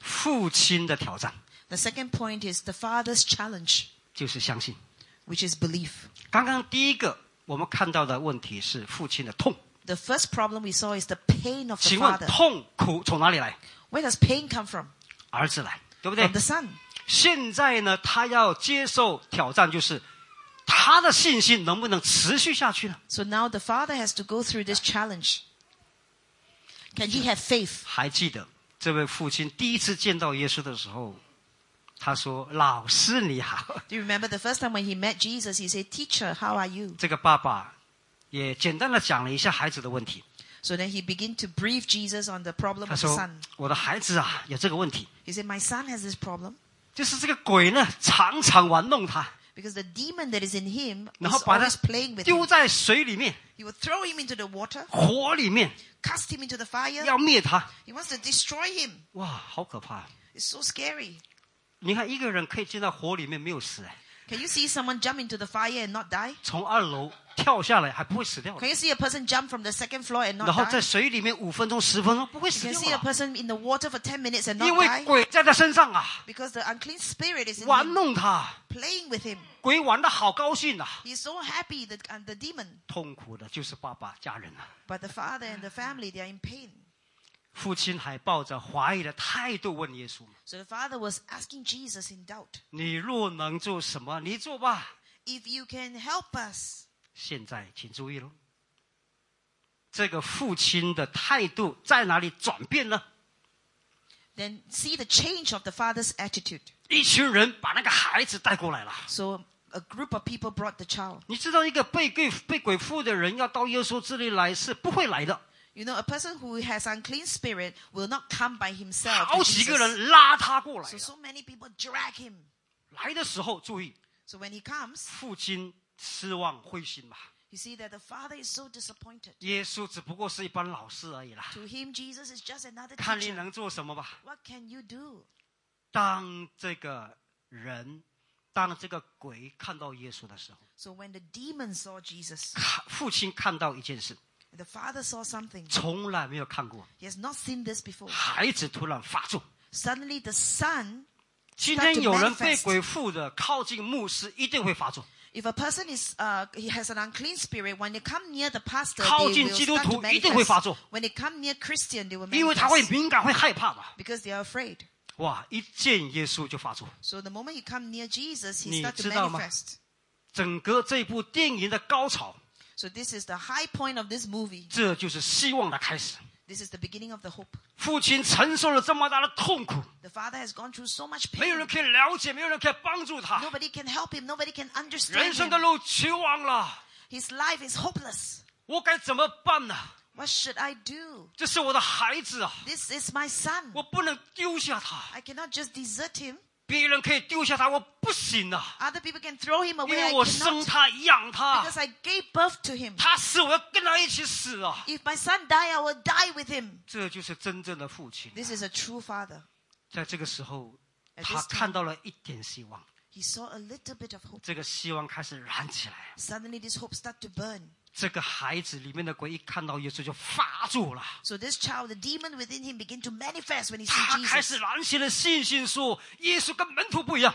Speaker 1: 父亲的挑战
Speaker 2: The second point is the father's challenge,
Speaker 1: 就是相信。
Speaker 2: which is belief.
Speaker 1: 刚刚第一个我们看到的问题是父亲的痛，
Speaker 2: The first problem we saw is the pain of the
Speaker 1: 请问
Speaker 2: father.
Speaker 1: 痛苦从哪里来？
Speaker 2: Where does pain come from?
Speaker 1: 儿子来，对不对
Speaker 2: From the？son.
Speaker 1: 现在呢，他要接受挑战，就是他的信心能不能持续下去呢？
Speaker 2: So now the father has to go through this challenge. Can he have faith?
Speaker 1: 还记得这位父亲第一次见到耶稣的时候，他说：“老师你好。
Speaker 2: Do you remember the first time when he met Jesus, he said, Teacher, how are you? ”
Speaker 1: 这个爸爸也简单的讲了一下孩子的问题。
Speaker 2: So then he began to brief Jesus on the problem
Speaker 1: 他
Speaker 2: of the
Speaker 1: 说
Speaker 2: son.：“
Speaker 1: 我的孩子啊，有这个问题，
Speaker 2: He said, My son has this problem
Speaker 1: 就是这个鬼呢，常常玩弄他，
Speaker 2: because the demon that is in him
Speaker 1: 然后
Speaker 2: is
Speaker 1: 把他
Speaker 2: always playing with
Speaker 1: 丢
Speaker 2: him.
Speaker 1: 在水里面、
Speaker 2: He will throw him into the water,
Speaker 1: 火里面，
Speaker 2: cast him into the fire.
Speaker 1: 要灭他。
Speaker 2: He wants to destroy him.
Speaker 1: 哇，好可怕！
Speaker 2: It's so scary.
Speaker 1: 你看一个人可以进到火里面没有死，哎
Speaker 2: Can you see someone jump into the fire and not die?
Speaker 1: 从二楼跳下来还不会死掉的，
Speaker 2: Can you see a person jump from the second floor and
Speaker 1: 然
Speaker 2: not
Speaker 1: 后在
Speaker 2: die?
Speaker 1: 水里面五分钟、十分钟不会
Speaker 2: You
Speaker 1: 死
Speaker 2: can see a
Speaker 1: 掉的，
Speaker 2: person in the water for 10 minutes and
Speaker 1: 因
Speaker 2: not
Speaker 1: 为
Speaker 2: die.
Speaker 1: 鬼在他身上啊，
Speaker 2: Because the unclean spirit is in
Speaker 1: 玩
Speaker 2: him,
Speaker 1: 弄他。
Speaker 2: playing with him.
Speaker 1: 鬼玩的好高兴啊！
Speaker 2: He's so happy, the, and the demon.
Speaker 1: 痛苦的就是爸爸家人啊，
Speaker 2: But the father and the family, they are in pain.
Speaker 1: 父亲还抱着怀疑的态度问耶稣
Speaker 2: So the father was asking Jesus in doubt,：“
Speaker 1: 你若能做什么，你做吧。
Speaker 2: If you can help us. ”
Speaker 1: 现在请注意喽，这个父亲的态度在哪里转变呢？
Speaker 2: Then see the change of the father's attitude.
Speaker 1: 一群人把那个孩子带过来了。
Speaker 2: So a group of people brought the child.
Speaker 1: 你知道，一个被鬼被鬼附的人要到耶稣这里来是不会来的，
Speaker 2: You know, a person who has unclean spirit will not come by himself. to
Speaker 1: 好几个
Speaker 2: 啊 Jesus.
Speaker 1: 人拉他过来
Speaker 2: So
Speaker 1: 了。
Speaker 2: so many people drag him.
Speaker 1: 来的时候注意，
Speaker 2: So when he comes,
Speaker 1: 父亲失望灰心吧。
Speaker 2: you see that the father is so disappointed.
Speaker 1: 耶稣只不过是一般老师而已啦，
Speaker 2: To him, Jesus is just another
Speaker 1: 看你
Speaker 2: teacher.
Speaker 1: 能做什么吧。
Speaker 2: What can you do?
Speaker 1: 当这个人，当这个鬼看到耶稣的时候，
Speaker 2: So when the demon saw Jesus,
Speaker 1: 看父亲看到一件事，
Speaker 2: the father saw something.
Speaker 1: 从来没有看过，
Speaker 2: He has not seen this before.
Speaker 1: 孩子突然发作。
Speaker 2: Suddenly the son,
Speaker 1: 今天有人被鬼附的，靠近牧师一定会发作；
Speaker 2: if a person is uh, he has an unclean spirit, when they come near the pastor,
Speaker 1: 靠近
Speaker 2: they will start
Speaker 1: 基督徒
Speaker 2: to
Speaker 1: 一定会发作。
Speaker 2: manifest. When they come near Christian, they will
Speaker 1: 因为他会
Speaker 2: manifest
Speaker 1: 敏感、会害怕嘛。
Speaker 2: because they are afraid.
Speaker 1: 哇！一见耶稣就发作。
Speaker 2: So the moment you come near Jesus, he starts to
Speaker 1: 你知道吗？
Speaker 2: manifest.
Speaker 1: 整个这部电影的高潮，
Speaker 2: So this is the high point of this movie.
Speaker 1: 这就是希望的开始。
Speaker 2: This is the beginning of the hope.
Speaker 1: 父亲承受了这么大的痛苦，
Speaker 2: The father has gone through so much
Speaker 1: 没有
Speaker 2: pain.
Speaker 1: 人可以了解，没有人可以帮助 他。
Speaker 2: Nobody can help him. Nobody can
Speaker 1: 人
Speaker 2: understand
Speaker 1: 生的
Speaker 2: him.
Speaker 1: 路绝望了，
Speaker 2: His life is hopeless.
Speaker 1: 我该怎么办呢？
Speaker 2: What should I do?
Speaker 1: 这是我的孩子啊，
Speaker 2: This is my son.
Speaker 1: 我不能丢下他。
Speaker 2: I cannot just desert him.
Speaker 1: 别人可以丢下他，我不行啊，
Speaker 2: Other people can throw him
Speaker 1: 因
Speaker 2: away.
Speaker 1: 为
Speaker 2: I
Speaker 1: 我生
Speaker 2: cannot
Speaker 1: 他养他，
Speaker 2: because I gave birth to him.
Speaker 1: 他死我要跟他一起死啊。
Speaker 2: If my son die, I will die with him.
Speaker 1: 这就是真正的父亲。
Speaker 2: This is a true father.
Speaker 1: 在这个时候，
Speaker 2: At
Speaker 1: 他
Speaker 2: this
Speaker 1: 看
Speaker 2: time,
Speaker 1: 到了一点希望，
Speaker 2: he saw a little bit of hope.
Speaker 1: 这个希望开始燃起来。
Speaker 2: Suddenly, this hope start to burn.
Speaker 1: 这个孩子里面的鬼一看到耶稣就发作了，
Speaker 2: So this child, the demon within him, begin to manifest when he see
Speaker 1: 他开
Speaker 2: Jesus.
Speaker 1: 始燃起了信心，说耶稣跟门徒不一样，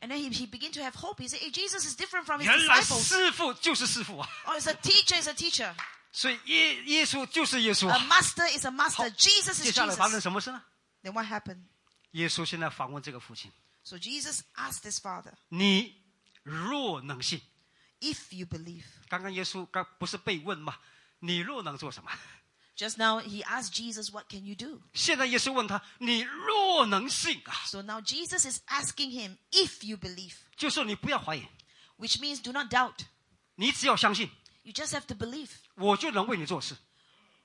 Speaker 2: And then he, he begin to have hope. He said, hey, Jesus is different from his
Speaker 1: 原来
Speaker 2: disciples.
Speaker 1: 师傅就是师傅啊，
Speaker 2: Oh, it's a teacher, it's a teacher.
Speaker 1: 所以耶耶稣就是耶稣
Speaker 2: A
Speaker 1: 啊。
Speaker 2: master is a master.
Speaker 1: 好，
Speaker 2: Jesus
Speaker 1: 接
Speaker 2: is
Speaker 1: 下来发生
Speaker 2: Jesus.
Speaker 1: 什么事呢？
Speaker 2: Then what happened?
Speaker 1: 耶稣现在访问这个父亲：
Speaker 2: So Jesus asked his father,
Speaker 1: 你若能信，
Speaker 2: if you believe.
Speaker 1: 刚刚耶稣刚不是被问吗？你若能做什么？
Speaker 2: Just now, he asked Jesus, what can you do?
Speaker 1: 现在耶稣问他：你若能信啊，
Speaker 2: So now Jesus is asking him, if you believe,
Speaker 1: 就说你不要怀疑，
Speaker 2: which means do not doubt.
Speaker 1: 你只要相信，
Speaker 2: You just have to believe.
Speaker 1: 我就能为你做事。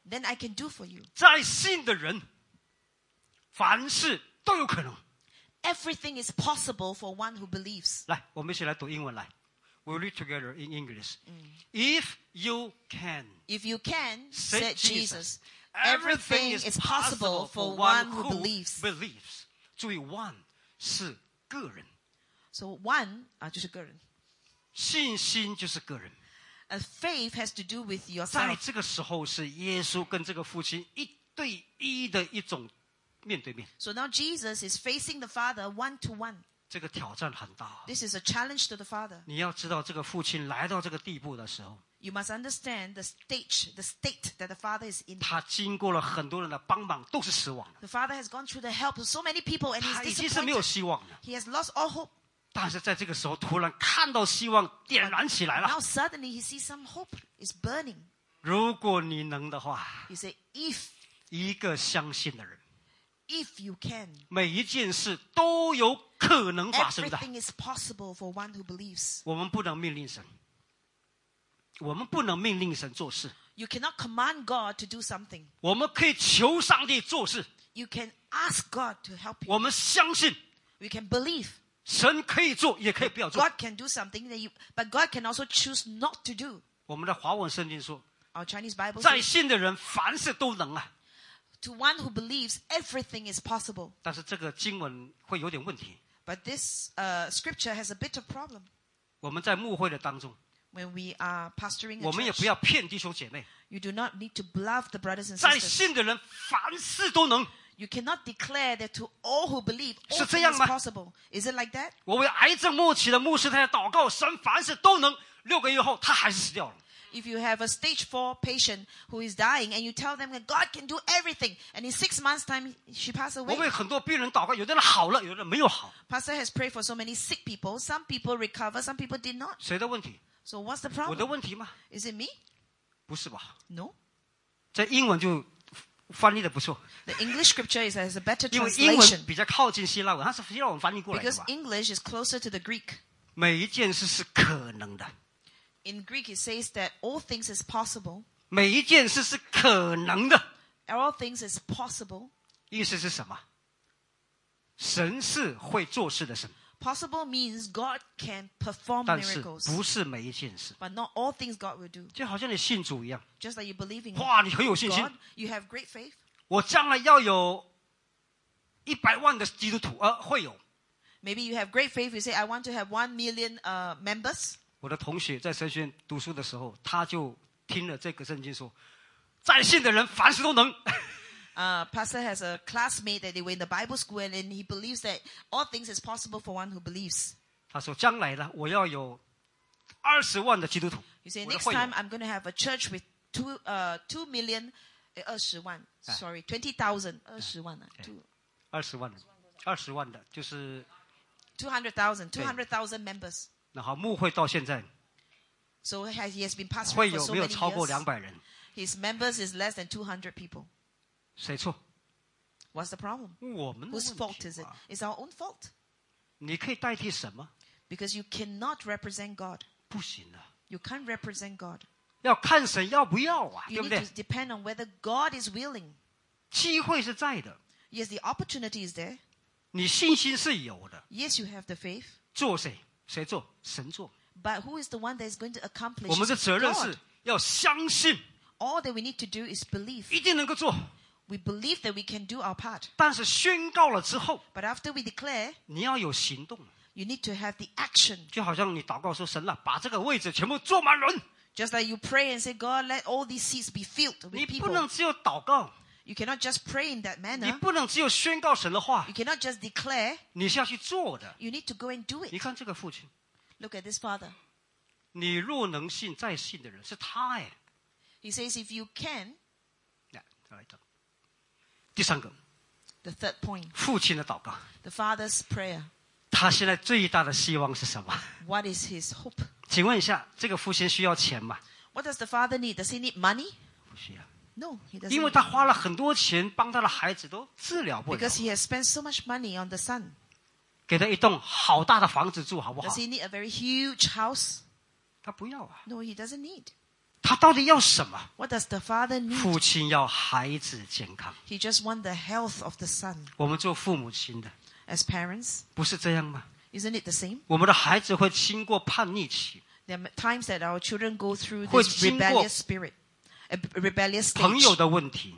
Speaker 2: Then I can do for you.
Speaker 1: 在信的人，凡事都有可能。
Speaker 2: Everything is possible for one who believes.
Speaker 1: 来，我们一起来读英文来。We read together in English. If you can,
Speaker 2: If you can,
Speaker 1: said
Speaker 2: said Jesus,
Speaker 1: everything
Speaker 2: everything
Speaker 1: is
Speaker 2: is
Speaker 1: possible
Speaker 2: possible for
Speaker 1: for
Speaker 2: one
Speaker 1: one
Speaker 2: who believes.
Speaker 1: Believes. 注意，one 是个人，
Speaker 2: So one, uh, 就是个人.
Speaker 1: 信心就是个人。
Speaker 2: Uh, faith has to do with
Speaker 1: 在
Speaker 2: yourself.
Speaker 1: 这个时候，是耶稣跟这个父亲一对一的一种面对面。
Speaker 2: So now Jesus is facing the Father one to one.
Speaker 1: 这个挑战很大啊。
Speaker 2: This is a challenge to the Father.
Speaker 1: 你要知道，这个父亲来到这个地步的时候，
Speaker 2: You must understand the stage, the state that the Father is in.
Speaker 1: 他经过了很多人的帮忙，都是失望的，
Speaker 2: The Father has gone through the help of so many people and
Speaker 1: 他已
Speaker 2: he's
Speaker 1: 经是没有
Speaker 2: disappointed.
Speaker 1: 希望了。
Speaker 2: He has lost all hope.
Speaker 1: 但是在这个时候，突然看到希望点燃起来
Speaker 2: Now
Speaker 1: 了。
Speaker 2: suddenly he sees some hope is burning.
Speaker 1: 如果你能的话，
Speaker 2: He said, if,
Speaker 1: 一个相信的人，
Speaker 2: if you can,
Speaker 1: 每一件事都有可能发生的。
Speaker 2: everything is possible for one who believes.
Speaker 1: 我们不能命令神，我们不能命令神做事，
Speaker 2: You cannot command God to do something.
Speaker 1: 我们可以求上帝做事。
Speaker 2: You can ask God to help you.
Speaker 1: 我们相信
Speaker 2: You can believe
Speaker 1: 神可以做，也可以不要做。
Speaker 2: God can do something, that you, but God can also choose not to do.
Speaker 1: 我们的华文圣经说，
Speaker 2: Our Chinese Bible
Speaker 1: 在
Speaker 2: says,
Speaker 1: 信的人凡事都能啊。
Speaker 2: to one who believes, everything is possible.
Speaker 1: 但是这个经文会有点问题。
Speaker 2: But this uh, scripture has a bit of problem
Speaker 1: 我们在牧会的当中，
Speaker 2: when we are pastoring a
Speaker 1: 我们也不
Speaker 2: church.
Speaker 1: 要骗弟兄姐妹，
Speaker 2: You do not need to bluff the brothers and
Speaker 1: 在
Speaker 2: sisters.
Speaker 1: 信的人凡事都能。
Speaker 2: You cannot declare that to all who believe, all
Speaker 1: 是这
Speaker 2: things
Speaker 1: 样吗？
Speaker 2: possible. Is it like that?
Speaker 1: 我为癌症末期的牧师太太祷告，神凡事都能。六个月后，他还是死掉了。
Speaker 2: If you have a stage four patient who is dying and you tell them that God can do everything, and in six months' time she passed
Speaker 1: 我
Speaker 2: away.
Speaker 1: 为很多病人祷告，有的人好了，有的人没有好，
Speaker 2: Pastor has prayed for so many sick people. Some people recover, some people did not.
Speaker 1: 谁的问题？
Speaker 2: So what's the
Speaker 1: 我的
Speaker 2: problem?
Speaker 1: 问题吗？
Speaker 2: Is it me?
Speaker 1: 不是吧？
Speaker 2: No.
Speaker 1: 这英文就翻译的不错，
Speaker 2: The English scripture is has a better
Speaker 1: 因为英文
Speaker 2: translation
Speaker 1: 比较靠近希腊文，它是希腊文翻译过来的
Speaker 2: because
Speaker 1: 嘛。
Speaker 2: English is closer to the Greek.
Speaker 1: 每一件事是可能的，
Speaker 2: In Greek, it says that all things is possible.
Speaker 1: 每一件事是可能的，
Speaker 2: All things is possible.
Speaker 1: 意思是什么？神是会做事的神，
Speaker 2: Possible means God can perform
Speaker 1: 但是
Speaker 2: miracles,
Speaker 1: 不是每一件事，
Speaker 2: but not all things God will do.
Speaker 1: 就好像你信主一样，
Speaker 2: Just like you believe in
Speaker 1: 哇，你很有信心
Speaker 2: God,，you have great faith.
Speaker 1: 我将来要有一百万的基督徒，呃，会有。
Speaker 2: Maybe you have great faith. You say, "I want to have one million uh, members."
Speaker 1: 我的同学在神学院读书的时候，他就听了这个圣经说，在信的人凡事都能。
Speaker 2: Uh, Pastor has a classmate that they were in the Bible school, and, and he believes that all things is possible for one who believes.
Speaker 1: 他说：“将来呢，我要有二十万的基督徒。
Speaker 2: You say
Speaker 1: 我的
Speaker 2: next
Speaker 1: 会友
Speaker 2: time I'm going to have a church with two uh two million, uh, 20,000, sorry twenty thousand 20,000, uh, two
Speaker 1: 二十万人，二十万的，就是
Speaker 2: two hundred thousand two hundred thousand members.
Speaker 1: 然后牧会到现在
Speaker 2: So he has, he has been pastoring
Speaker 1: 会
Speaker 2: for
Speaker 1: 有
Speaker 2: so
Speaker 1: 没有
Speaker 2: many
Speaker 1: 超过
Speaker 2: years.
Speaker 1: 两百人？
Speaker 2: His members is less than two hundred people.
Speaker 1: 谁错？
Speaker 2: What's the problem?
Speaker 1: 我们的
Speaker 2: Whose
Speaker 1: 问
Speaker 2: fault
Speaker 1: 题
Speaker 2: is it?
Speaker 1: 嘛
Speaker 2: It's our own fault
Speaker 1: 你可以代替什么？
Speaker 2: because you cannot represent God.
Speaker 1: 不行啊，
Speaker 2: You can't represent God.
Speaker 1: 要看神要不要啊，对
Speaker 2: You
Speaker 1: 不对
Speaker 2: need to？depend on whether God is willing.
Speaker 1: 机会是在的，
Speaker 2: Yes, the opportunity is there.
Speaker 1: 你信心是有的，
Speaker 2: Yes, you have the faith,
Speaker 1: 做谁？谁做？神做。
Speaker 2: but who is the one that is going to accomplish?
Speaker 1: 我们的
Speaker 2: It's
Speaker 1: 责任
Speaker 2: God.
Speaker 1: 是要相信，
Speaker 2: All that we need to do is believe.
Speaker 1: 一定能够做。
Speaker 2: We believe that we can do our part.
Speaker 1: 但是宣告了之后，
Speaker 2: But after we declare,
Speaker 1: 你要有行动。
Speaker 2: you need to have the action.
Speaker 1: 就好像你祷告说：“神啊，把这个位置全部坐满人。
Speaker 2: Just like you pray and say, God, let all these seats be filled ” with
Speaker 1: 你不能
Speaker 2: people.
Speaker 1: 只有祷告，
Speaker 2: You cannot just pray in that
Speaker 1: 你
Speaker 2: manner.
Speaker 1: 不能只有宣告神的话
Speaker 2: You，cannot just declare.
Speaker 1: 你是要去做的。
Speaker 2: You need to go and do
Speaker 1: 你
Speaker 2: it.
Speaker 1: 看这个父亲，
Speaker 2: Look at this father.
Speaker 1: 你若能信，再信的人是他哎。
Speaker 2: He says, if you can,
Speaker 1: 来，再来一张。第三个，
Speaker 2: the third point,
Speaker 1: 父亲的祷告，
Speaker 2: the father's prayer.
Speaker 1: 他现在最大的希望是什么？
Speaker 2: What is his hope?
Speaker 1: 请问一下，这个父亲需要钱吗？
Speaker 2: What does the father need? Does he need money?
Speaker 1: 不需要，
Speaker 2: No, he doesn't.
Speaker 1: 因为
Speaker 2: need-
Speaker 1: 他花了很多钱帮他的孩子都治疗不了
Speaker 2: Because，he has spent so much money on the son.
Speaker 1: 给他一栋好大的房子住，好不好
Speaker 2: Does？he need a very huge house?
Speaker 1: 他不要啊，
Speaker 2: No, he doesn't need.
Speaker 1: 他到底要什么？
Speaker 2: What does the father need?
Speaker 1: 父亲要孩子健康，
Speaker 2: He just wants the health of the son.
Speaker 1: 我们做父母亲的
Speaker 2: As parents,
Speaker 1: 不是这样吗？
Speaker 2: isn't it the same?
Speaker 1: 我们的孩子会经过叛逆期，
Speaker 2: There are times that our children go through
Speaker 1: 会经过-
Speaker 2: this rebellious spirit, a b- rebellious
Speaker 1: 朋友
Speaker 2: stage.
Speaker 1: 的问题。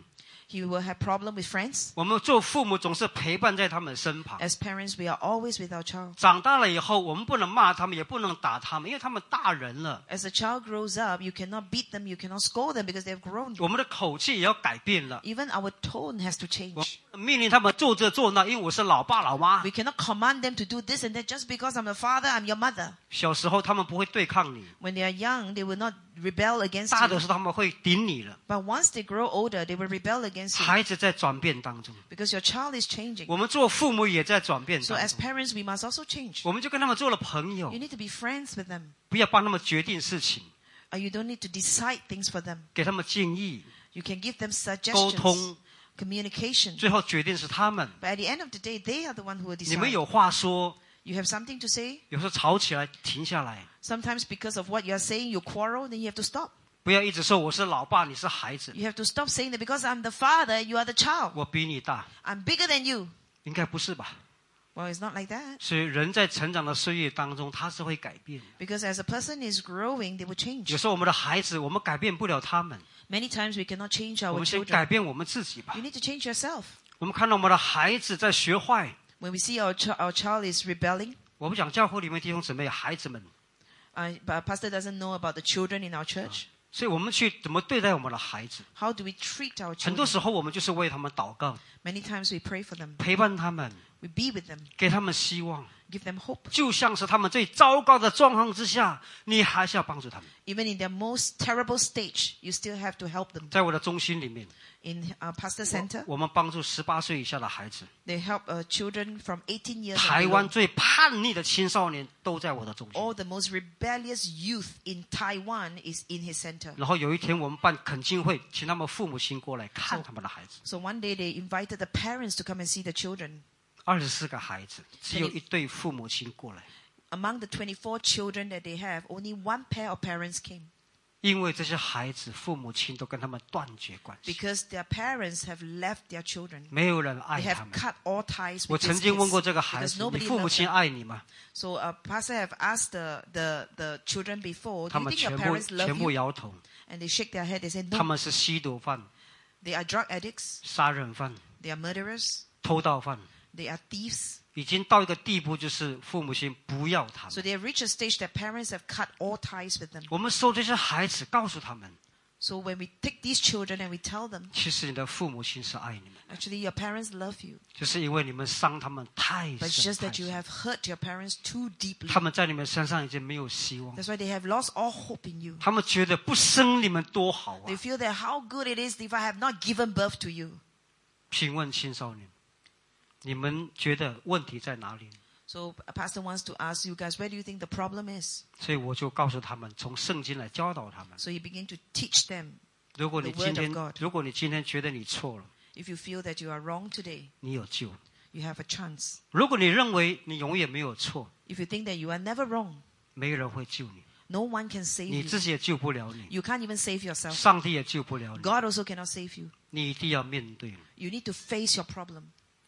Speaker 2: He will have problem with friends.
Speaker 1: 我们做父母总是陪伴在他们身旁。
Speaker 2: As parents, we are always with our child.
Speaker 1: 长大了以后，我们不能骂他们，也不能打他们，因为他们大人了，
Speaker 2: As a child grows up, you cannot beat them, you cannot scold them because they have grown.
Speaker 1: 我们的口气也要改变了。
Speaker 2: Even our tone has to
Speaker 1: 我
Speaker 2: change.
Speaker 1: 命令他们做这做那，因为我是老爸老妈
Speaker 2: We。cannot command them to do this and that just because I'm a father, I'm your mother.
Speaker 1: 小时候他们不会对抗你，
Speaker 2: When they are young, they will not rebel against
Speaker 1: 大
Speaker 2: you.
Speaker 1: 的时候他们会顶你了。
Speaker 2: But once they grow older, they will rebel against you
Speaker 1: 孩子在转变当中，
Speaker 2: because your child is changing.
Speaker 1: 我们做父母也在转变
Speaker 2: So
Speaker 1: 当
Speaker 2: as
Speaker 1: 中，
Speaker 2: parents, we must also change.
Speaker 1: 我们就跟他们做了朋友
Speaker 2: You。need to be friends with them.
Speaker 1: 不要帮他们决定事情，
Speaker 2: Uh, You don't need to decide things for them.
Speaker 1: 给他们建议，
Speaker 2: You can give them
Speaker 1: 沟通。
Speaker 2: suggestions, communication.
Speaker 1: 最后决定是他们。
Speaker 2: But at the end of the day, they are the one who will
Speaker 1: 你们
Speaker 2: decide.
Speaker 1: 有话说，
Speaker 2: You have something to say.
Speaker 1: 有时候吵起来停下来，
Speaker 2: Sometimes because of what you are saying, you quarrel, then you have to stop.
Speaker 1: 不要一直说我是老爸，你是孩子，
Speaker 2: You have to stop saying that because I'm the father, you are the child.
Speaker 1: 我比你大，
Speaker 2: I'm bigger than you.
Speaker 1: 应该不是吧？
Speaker 2: Well, it's not like that.
Speaker 1: 所以人在成长的岁月当中，他是会改变的。
Speaker 2: Because as a person is growing, they will change.
Speaker 1: 有时候我们的孩子，我们改变不了他们，
Speaker 2: Many times we cannot change
Speaker 1: 我
Speaker 2: our
Speaker 1: 们先
Speaker 2: children.
Speaker 1: 改变我们自己吧
Speaker 2: You。need to change yourself.
Speaker 1: 我们看到我们的孩子在学坏，
Speaker 2: When we see our, ch- our child is rebelling,
Speaker 1: 我们讲教会里面弟兄姊妹、孩子们，
Speaker 2: uh, but pastor doesn't know about the children in our church.
Speaker 1: 所以我们去怎么对待我们的孩子？
Speaker 2: How do we treat our
Speaker 1: 很多
Speaker 2: children?
Speaker 1: 时候我们就是为他们祷告，
Speaker 2: Many times we pray for them.
Speaker 1: 陪伴他们，
Speaker 2: We be with them,
Speaker 1: 给他们希望。
Speaker 2: give them hope.
Speaker 1: 就像是他们最糟糕的状况之下，你还是要帮助他们。
Speaker 2: Even in their most terrible stage, you still have to help them.
Speaker 1: 在我的中心里面，
Speaker 2: In uh, Pastor Center,
Speaker 1: 我们帮助十八岁以下的孩子，
Speaker 2: they help uh, children from 18 years and
Speaker 1: 台
Speaker 2: below.
Speaker 1: 湾最叛逆的青少年都在我的中心。
Speaker 2: All the most rebellious youth in Taiwan is in his center.
Speaker 1: 然后有一天，我们办恳亲会，请他们父母亲过来看他们的孩子，
Speaker 2: So one day they invited the parents to come and see the children.
Speaker 1: 二十四个孩子，只有一对父母亲过来，
Speaker 2: Among the 24 children that they have, only one pair of parents came
Speaker 1: 因为这些孩子父母亲都跟他们断绝关系，
Speaker 2: because their parents have left their children.
Speaker 1: 没有人
Speaker 2: They
Speaker 1: 爱他
Speaker 2: have
Speaker 1: 们。
Speaker 2: cut all ties
Speaker 1: 我
Speaker 2: with
Speaker 1: 曾
Speaker 2: these
Speaker 1: 经问过这
Speaker 2: kids
Speaker 1: 个孩
Speaker 2: because
Speaker 1: 子：“你
Speaker 2: nobody
Speaker 1: 父母
Speaker 2: loved
Speaker 1: 亲
Speaker 2: them.
Speaker 1: 爱你吗
Speaker 2: So, uh, Pastor have asked the, the, the children？”before,
Speaker 1: 他
Speaker 2: do you
Speaker 1: 们
Speaker 2: think your
Speaker 1: 全部
Speaker 2: parents
Speaker 1: 全
Speaker 2: love
Speaker 1: 部
Speaker 2: you?
Speaker 1: 摇头，
Speaker 2: And they shake their head. They say,
Speaker 1: 他
Speaker 2: no,
Speaker 1: 们是吸毒犯、
Speaker 2: they are drug addicts,
Speaker 1: 杀人犯、
Speaker 2: they are murderers,
Speaker 1: 偷盗犯。
Speaker 2: they are thieves.
Speaker 1: 已经到一个地步，就是父母亲不要他
Speaker 2: So
Speaker 1: 们。
Speaker 2: they have reached a stage that parents have cut all ties with them.
Speaker 1: 我们收这些孩子，告诉他们，
Speaker 2: So when we take these children and we tell them,
Speaker 1: 其实你的父母亲是爱你们，
Speaker 2: actually your parents love you,
Speaker 1: 就是因为你们伤他们太
Speaker 2: but it's
Speaker 1: 深
Speaker 2: just
Speaker 1: 太
Speaker 2: that you
Speaker 1: 深，
Speaker 2: have hurt your parents too deeply.
Speaker 1: 他们在你们身上已经没有希望，
Speaker 2: That's why they have lost all hope in you.
Speaker 1: 他们觉得不生你们多好啊
Speaker 2: They！feel that how good it is if I have not given birth to you.
Speaker 1: 请问青少年，你们觉得问题在哪里？
Speaker 2: So a pastor wants to ask you guys, where do you think the problem is?
Speaker 1: 所以我就告诉他们，从圣经来教导他们。
Speaker 2: So you begin to teach them.
Speaker 1: 如果你
Speaker 2: The word
Speaker 1: 今天
Speaker 2: of God，
Speaker 1: 如果你今天觉得你错了，
Speaker 2: If you feel that you are wrong today,
Speaker 1: 你有救；
Speaker 2: you have a chance.
Speaker 1: 如果你认为你永远没有错，
Speaker 2: If you think that you are never wrong,
Speaker 1: 没人会救你，
Speaker 2: no one can save
Speaker 1: 你
Speaker 2: you.
Speaker 1: 自己也救不了你。
Speaker 2: You can't even save yourself.
Speaker 1: 上帝也救不了你，
Speaker 2: God also cannot save you.
Speaker 1: 你一定要面对。
Speaker 2: You need to face your problem.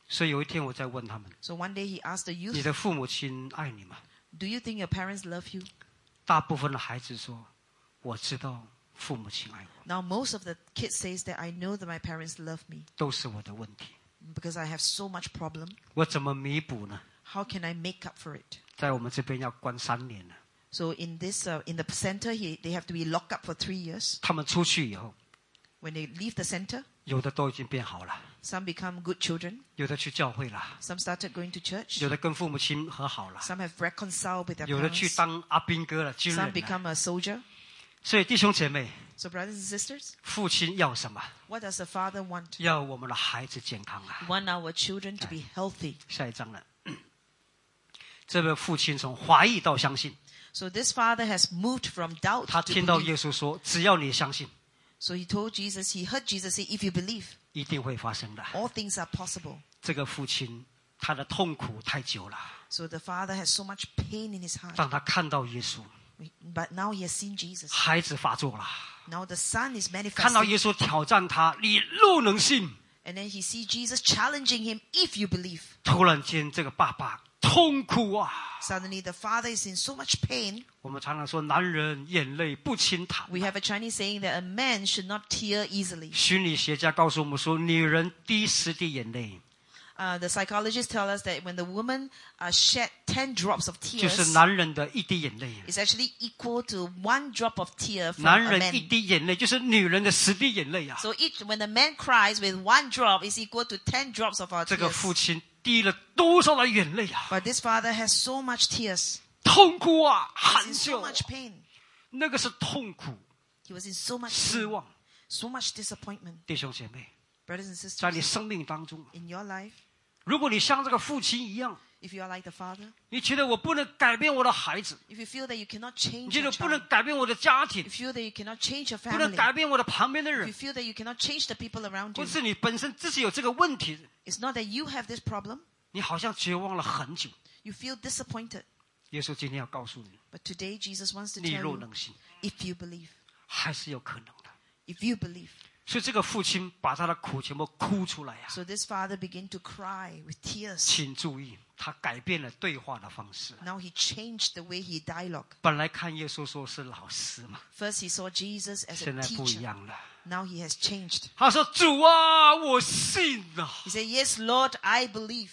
Speaker 1: 所以有一天我在问他们：
Speaker 2: So one day he asked the
Speaker 1: 你
Speaker 2: youth,
Speaker 1: 的父母亲爱你吗？
Speaker 2: Do you think your parents love you?
Speaker 1: 大部分的孩子说：我知道父母亲爱我，
Speaker 2: Now most of the kids says that I know that my parents love me
Speaker 1: 都是我的问题，
Speaker 2: because I have so much problem.
Speaker 1: 我怎么弥补呢？
Speaker 2: How can I make up for it?
Speaker 1: 在我们这边要关三年了。
Speaker 2: So in this uh, in the center he, they have to be locked up for 3 years.
Speaker 1: 他们出去以后，
Speaker 2: When they leave the center,
Speaker 1: 有的都已经变好了，
Speaker 2: some become good children,
Speaker 1: 有的去教会了，
Speaker 2: some started going to church,
Speaker 1: 有的跟父母亲和好了，
Speaker 2: some have reconciled with their
Speaker 1: 有的去
Speaker 2: parents,
Speaker 1: 当阿兵哥了，军
Speaker 2: some
Speaker 1: 人了。
Speaker 2: become a soldier.
Speaker 1: 所以弟兄姐妹，
Speaker 2: So brothers and sisters,
Speaker 1: 父亲要什么？
Speaker 2: what does the father want?
Speaker 1: 要我们的孩子健康啊！
Speaker 2: We want our children to be healthy.
Speaker 1: 下一章了。 这位父亲从怀疑到相信，
Speaker 2: So this father has moved from doubt
Speaker 1: 他
Speaker 2: to
Speaker 1: 听到
Speaker 2: belief.
Speaker 1: 耶稣说：“只要你相信，
Speaker 2: So he told Jesus, he heard Jesus say, if you believe,
Speaker 1: 一定会发生的。
Speaker 2: all things are possible. ”
Speaker 1: 这个父亲他的痛苦太久了，
Speaker 2: So the father has so much pain in his heart.
Speaker 1: 让他看到耶稣，
Speaker 2: But now he has seen Jesus.
Speaker 1: 孩子发作了，
Speaker 2: Now the son is
Speaker 1: 看到
Speaker 2: manifesting.
Speaker 1: 耶稣挑战他，你若能信，
Speaker 2: And then he sees Jesus challenging him, if you believe.
Speaker 1: 突然间这个爸爸痛苦啊！
Speaker 2: Suddenly the father is in so much pain.
Speaker 1: 我们常常说，男人眼泪不轻弹。
Speaker 2: We have a Chinese saying that a man should not tear easily.
Speaker 1: 心理学家告诉我们说，女人滴十滴眼泪，
Speaker 2: Uh, the psychologists tell us that when the woman uh, shed 10 drops of
Speaker 1: 就
Speaker 2: tears,
Speaker 1: 是男人的一滴眼泪。啊
Speaker 2: it's actually equal to one drop of tear from
Speaker 1: 男
Speaker 2: a
Speaker 1: 人一
Speaker 2: man.
Speaker 1: 滴眼泪就是女人的十滴眼泪啊！
Speaker 2: So each when a man cries with one drop is equal to ten drops of our
Speaker 1: 这个父
Speaker 2: tears.
Speaker 1: 亲滴了多少的眼泪啊！
Speaker 2: But this father has so much tears.
Speaker 1: 痛苦啊，
Speaker 2: He
Speaker 1: 含
Speaker 2: was in
Speaker 1: 羞
Speaker 2: so，much pain.
Speaker 1: 那个是痛苦、
Speaker 2: He was in so much
Speaker 1: 失
Speaker 2: pain,
Speaker 1: 望。
Speaker 2: so much disappointment.
Speaker 1: 弟兄姐妹，
Speaker 2: Brothers and
Speaker 1: 在你
Speaker 2: sisters,
Speaker 1: 生命当中，啊
Speaker 2: in your life,
Speaker 1: 如果你像这个父亲一样，
Speaker 2: if you are like the father,
Speaker 1: 你觉得我不能改变我的孩子，
Speaker 2: if you feel that you cannot
Speaker 1: 你
Speaker 2: change
Speaker 1: 觉
Speaker 2: your
Speaker 1: 得不能
Speaker 2: child,
Speaker 1: 改变我的家庭
Speaker 2: if，you feel that you cannot change your
Speaker 1: 不能
Speaker 2: family,
Speaker 1: 改变我的旁边的
Speaker 2: if you
Speaker 1: 人，
Speaker 2: feel that you cannot change the people around you,
Speaker 1: 或是你本身自己有这个问题，
Speaker 2: it's not that you have this problem.
Speaker 1: 你好像绝望了很久。
Speaker 2: You feel disappointed.
Speaker 1: 耶稣今天要告诉你，
Speaker 2: But today Jesus wants to
Speaker 1: 你
Speaker 2: tell
Speaker 1: 若
Speaker 2: you
Speaker 1: 能行，
Speaker 2: if you believe,
Speaker 1: 还是有可能的。
Speaker 2: if you believe.
Speaker 1: 所以这个父亲把他的苦全部哭出来呀、啊。
Speaker 2: So this father began to cry with tears.
Speaker 1: 请注意，他改变了对话的方式。
Speaker 2: Now he changed the way he dialogue.
Speaker 1: 本来看耶稣说是老师嘛，
Speaker 2: First he saw Jesus as
Speaker 1: 现
Speaker 2: a
Speaker 1: 在不一
Speaker 2: teacher.
Speaker 1: 样了。
Speaker 2: Now he has changed.
Speaker 1: 他说：“主啊，我信啊，
Speaker 2: He said, Yes, Lord, I believe.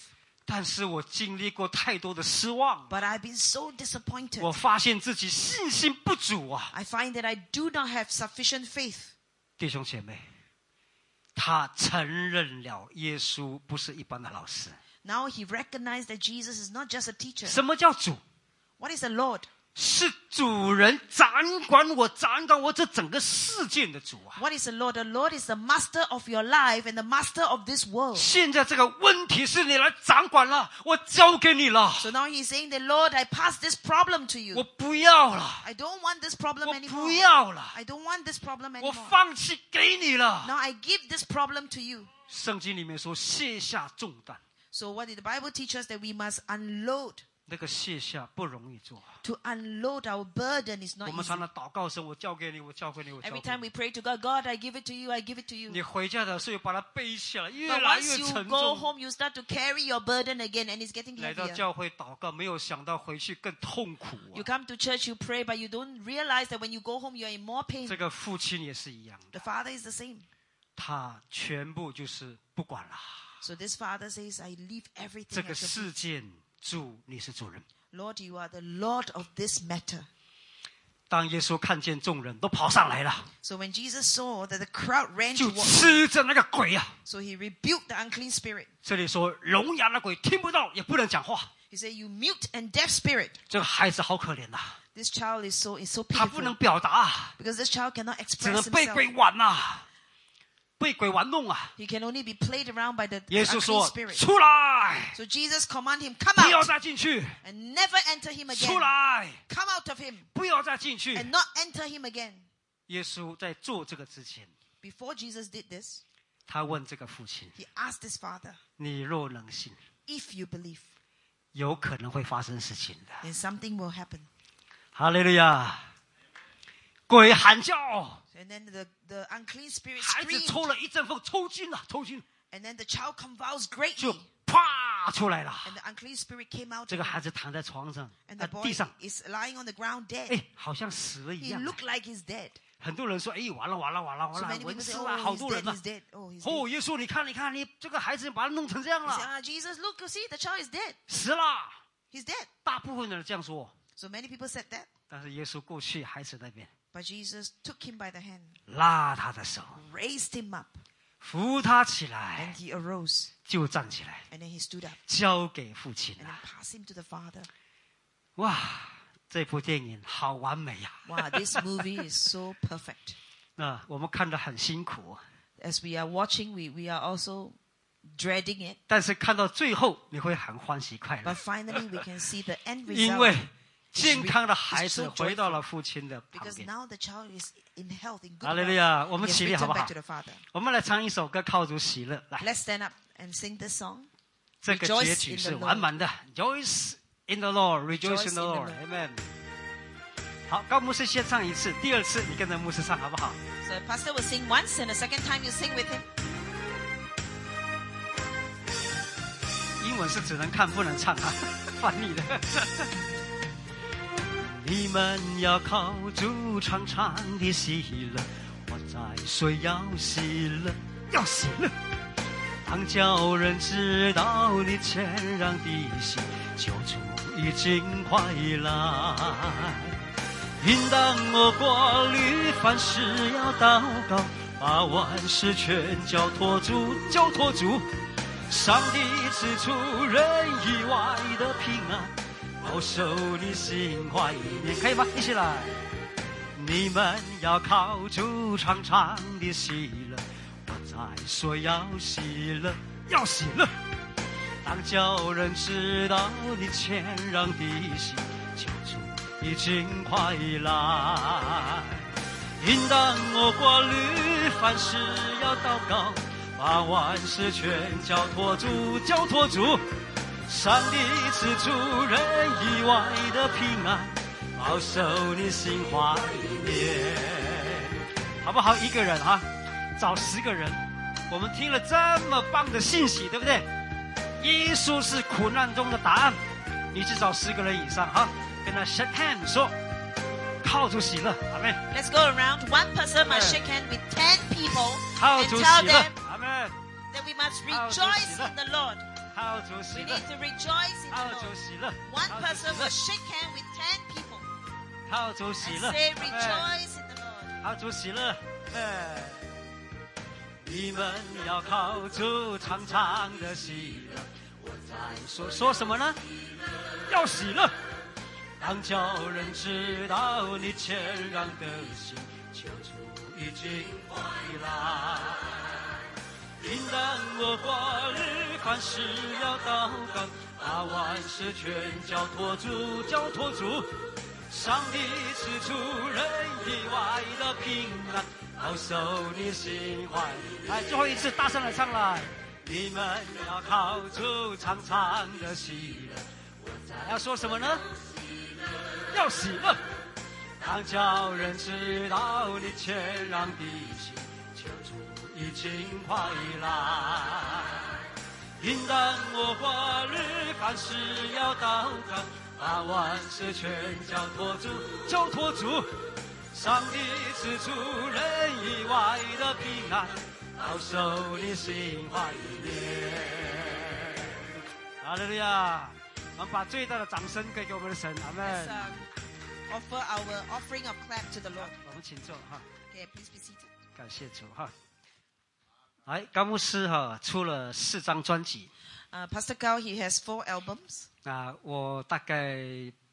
Speaker 1: 但是我经历过太多的失望，
Speaker 2: But I've been so disappointed.
Speaker 1: 我发现自己信心不足啊。
Speaker 2: I find that I do not have sufficient faith. ”
Speaker 1: 弟兄姐妹，他承认了耶稣不是一般的老师，
Speaker 2: Now he recognized that Jesus is not just a teacher.
Speaker 1: 什么叫主？
Speaker 2: What is the Lord?
Speaker 1: 是主人掌管我、掌管我这整个事件的主啊！
Speaker 2: What is the Lord? The Lord is the master of your life and the master of this world.
Speaker 1: 现在这个问题是你来掌管了，我交给你了，
Speaker 2: So now he's saying, The Lord, I pass this problem to you.
Speaker 1: 我不要了，
Speaker 2: I don't want this problem
Speaker 1: 我
Speaker 2: anymore.
Speaker 1: 不要了，
Speaker 2: I don't want this problem
Speaker 1: 我
Speaker 2: anymore.
Speaker 1: 放弃给你了。
Speaker 2: Now I give this problem to you.
Speaker 1: 圣经里面说卸下重担，
Speaker 2: So what did the Bible teach us? That we must unload.
Speaker 1: 那个卸下不容易做啊。
Speaker 2: To unload our burden is not
Speaker 1: 我们
Speaker 2: easy.
Speaker 1: 常常祷告声，我交给你，我交给你，我交
Speaker 2: Every
Speaker 1: 给
Speaker 2: time
Speaker 1: 你。
Speaker 2: we pray to God, God, I give it to you, I give it to you.
Speaker 1: 你回家的时候把它背起来，越
Speaker 2: But
Speaker 1: 来
Speaker 2: once
Speaker 1: 越
Speaker 2: you
Speaker 1: 沉
Speaker 2: go
Speaker 1: 重。
Speaker 2: home, you start to carry your burden again, and it's getting
Speaker 1: 来到
Speaker 2: heavier.
Speaker 1: 教会祷告，没有想到回去更痛苦
Speaker 2: You
Speaker 1: 啊！
Speaker 2: come to church, you pray, but you don't realize that when you go home, you're in more pain.
Speaker 1: 这个父亲也是一样的，
Speaker 2: The father is the same.
Speaker 1: 他全部就是不管了。
Speaker 2: So this father says, I leave
Speaker 1: 这个
Speaker 2: everything. At your...
Speaker 1: 事件，主你是主人。
Speaker 2: Lord, you are the Lord of this matter.
Speaker 1: 当耶稣看见众人都跑上来了，
Speaker 2: So when Jesus saw that the crowd ran
Speaker 1: 就
Speaker 2: towards him,
Speaker 1: 吃着那个鬼啊！
Speaker 2: so he rebuked the unclean spirit.
Speaker 1: 这里说聋哑的鬼听不到，也不能讲话。
Speaker 2: He said, You mute and deaf spirit.
Speaker 1: 这个孩子好可怜呐、啊
Speaker 2: This child is so is so
Speaker 1: 他不能
Speaker 2: pitiful
Speaker 1: 表达啊，
Speaker 2: because this child cannot
Speaker 1: 只
Speaker 2: express
Speaker 1: 能被
Speaker 2: himself.
Speaker 1: 鬼玩呐、啊，被鬼玩弄啊。
Speaker 2: He can only be played around by the
Speaker 1: 耶稣
Speaker 2: unclean
Speaker 1: 说：“
Speaker 2: spirit.
Speaker 1: 出来，
Speaker 2: So Jesus commanded him, Come
Speaker 1: 不要
Speaker 2: out
Speaker 1: 再进去，
Speaker 2: and never enter him again.
Speaker 1: 出来，
Speaker 2: Come out of him
Speaker 1: 不要再进去。
Speaker 2: and not enter him again. ”
Speaker 1: 耶稣在做这个之前，
Speaker 2: Before Jesus did this,
Speaker 1: 他问这个父亲
Speaker 2: he asked his father,：“
Speaker 1: 你若能信，
Speaker 2: If you believe,
Speaker 1: 有可能会发生事情的。
Speaker 2: then something will happen. ”
Speaker 1: 哈利路亚！鬼喊叫，
Speaker 2: And then the, the unclean spirit
Speaker 1: 孩子
Speaker 2: screamed,
Speaker 1: 抽了一阵风，抽筋了，抽筋
Speaker 2: and then the child convulsed
Speaker 1: 就
Speaker 2: greatly.
Speaker 1: 啪出来了。
Speaker 2: And the unclean spirit came out,
Speaker 1: 这
Speaker 2: of
Speaker 1: 个
Speaker 2: him,
Speaker 1: 孩子躺在床上，
Speaker 2: and
Speaker 1: 啊
Speaker 2: the，boy
Speaker 1: 地上，
Speaker 2: is lying on the ground dead.
Speaker 1: 哎，好像死了一
Speaker 2: He
Speaker 1: 样。啊
Speaker 2: looked like he's dead.
Speaker 1: 很多人说：“哎，完了，完了，完了，完
Speaker 2: So
Speaker 1: 了
Speaker 2: many，people
Speaker 1: 文
Speaker 2: say,
Speaker 1: 斯啊，好
Speaker 2: Oh,
Speaker 1: 多
Speaker 2: he's
Speaker 1: 人
Speaker 2: dead,
Speaker 1: 呐
Speaker 2: he's。dead. Oh, he's dead.
Speaker 1: 哦，耶稣，你看，你看，你这个孩子把他弄成这样
Speaker 2: He said,
Speaker 1: 了，
Speaker 2: Ah, Jesus, look, you see, the child is dead.
Speaker 1: 死了。
Speaker 2: He's dead.
Speaker 1: 大部分的人这样说，
Speaker 2: So many people said that.
Speaker 1: 但是耶稣过去孩子那边
Speaker 2: But Jesus took him by the hand,
Speaker 1: 拉他的手，
Speaker 2: raised him up,
Speaker 1: 扶他起
Speaker 2: and
Speaker 1: 来，
Speaker 2: he arose.
Speaker 1: 就站起来，
Speaker 2: And then he stood up
Speaker 1: 交给父亲
Speaker 2: and
Speaker 1: 了
Speaker 2: then。passed him to the father.
Speaker 1: 哇，这部电影好完美呀、
Speaker 2: Wow, this movie is so perfect.
Speaker 1: 那我们看得很辛苦，
Speaker 2: As we are watching, we, we are also dreading it.
Speaker 1: 但是看到最后你会很欢喜快
Speaker 2: But
Speaker 1: 乐，
Speaker 2: finally, we can see the end
Speaker 1: 因
Speaker 2: result.
Speaker 1: 为健康的孩子回到了父亲的旁
Speaker 2: Because
Speaker 1: 边。
Speaker 2: now the child is in health, in good
Speaker 1: 哈利路亚！我
Speaker 2: health.
Speaker 1: 们
Speaker 2: He
Speaker 1: 起
Speaker 2: has
Speaker 1: 立好
Speaker 2: returned
Speaker 1: 不
Speaker 2: back
Speaker 1: 好
Speaker 2: to？the father.
Speaker 1: 我们来唱一首歌《靠主喜乐》来。
Speaker 2: Let's stand up and sing this song.
Speaker 1: 这个结局是完满的。Joyce in the Lord, rejoice in the Lord, Amen。好，高牧师先唱一次，第二次你跟着牧师唱好不好？
Speaker 2: So the pastor will sing once, and the second time you sing with him.
Speaker 1: 英文是只能看不能唱啊， 翻译的。你们要靠主常常的喜乐，我在水要喜乐，要喜乐。当叫人知道你谦让的心，求主已经快来。应当我过滤，凡事要祷告，把万事全交托主，交托主。上帝赐出人意外的平安，保守你心怀一念，可以吗？一起来。你们要靠主常常的喜乐，我在说要喜乐，要喜乐。当叫人知道你谦让的心，求主已经快来。应当我过滤，凡事要祷告，把万事全交托主，交托主。上帝赐出人意外的平安，保守你心怀念，好不好？一个人啊，找十个人，我们听了这么棒的信息，对不对？耶稣是苦难中的答案，你去找十个人以上啊，跟他 shake hand 说，靠住喜乐，阿妹，
Speaker 2: Let's go around. One person must
Speaker 1: Yeah.
Speaker 2: shake hand with ten people
Speaker 1: 靠
Speaker 2: and
Speaker 1: 住
Speaker 2: tell
Speaker 1: 喜乐
Speaker 2: them，
Speaker 1: 阿妹，
Speaker 2: that we must
Speaker 1: How to
Speaker 2: rejoice
Speaker 1: see
Speaker 2: in the Lord.
Speaker 1: 靠住喜
Speaker 2: We
Speaker 1: 乐
Speaker 2: need，to rejoice in
Speaker 1: 靠
Speaker 2: the
Speaker 1: 住
Speaker 2: Lord.
Speaker 1: 喜乐，
Speaker 2: One
Speaker 1: 靠主喜乐
Speaker 2: person will shake hand with ten people
Speaker 1: 靠主喜
Speaker 2: and
Speaker 1: 乐，
Speaker 2: say
Speaker 1: 阿妹
Speaker 2: rejoice in the Lord.
Speaker 1: 好主喜乐，哎，你们要靠主常常的喜乐，
Speaker 3: 说说什么呢？要喜乐，当叫人知道你谦让的心，求主已经回来。应当我往日凡事要祷告，把万事全交托主，交托主。上帝是出人意外的平安，保守你心怀。
Speaker 1: 来，最后一次，大声来唱来，
Speaker 3: 你们要靠主常常的喜乐。
Speaker 1: 要说什么呢？
Speaker 3: 要喜乐，当叫人知道你谦让的心，求主已经回来。应当我华日凡事要祷告，把万事全交托主，交托主。上帝是出人意外的平安，保守你心怀里面。
Speaker 1: 阿利路亚！我们把最大的掌声给给我们的神，阿门。
Speaker 2: Let's um, offer our offering of clap to the Lord.
Speaker 1: 我们请坐哈，
Speaker 2: Okay, please be seated.
Speaker 1: 感谢主哈。哎，高牧师哈出了四张专辑
Speaker 2: Uh, Pastor Gao, he has four albums.
Speaker 1: 啊，我大概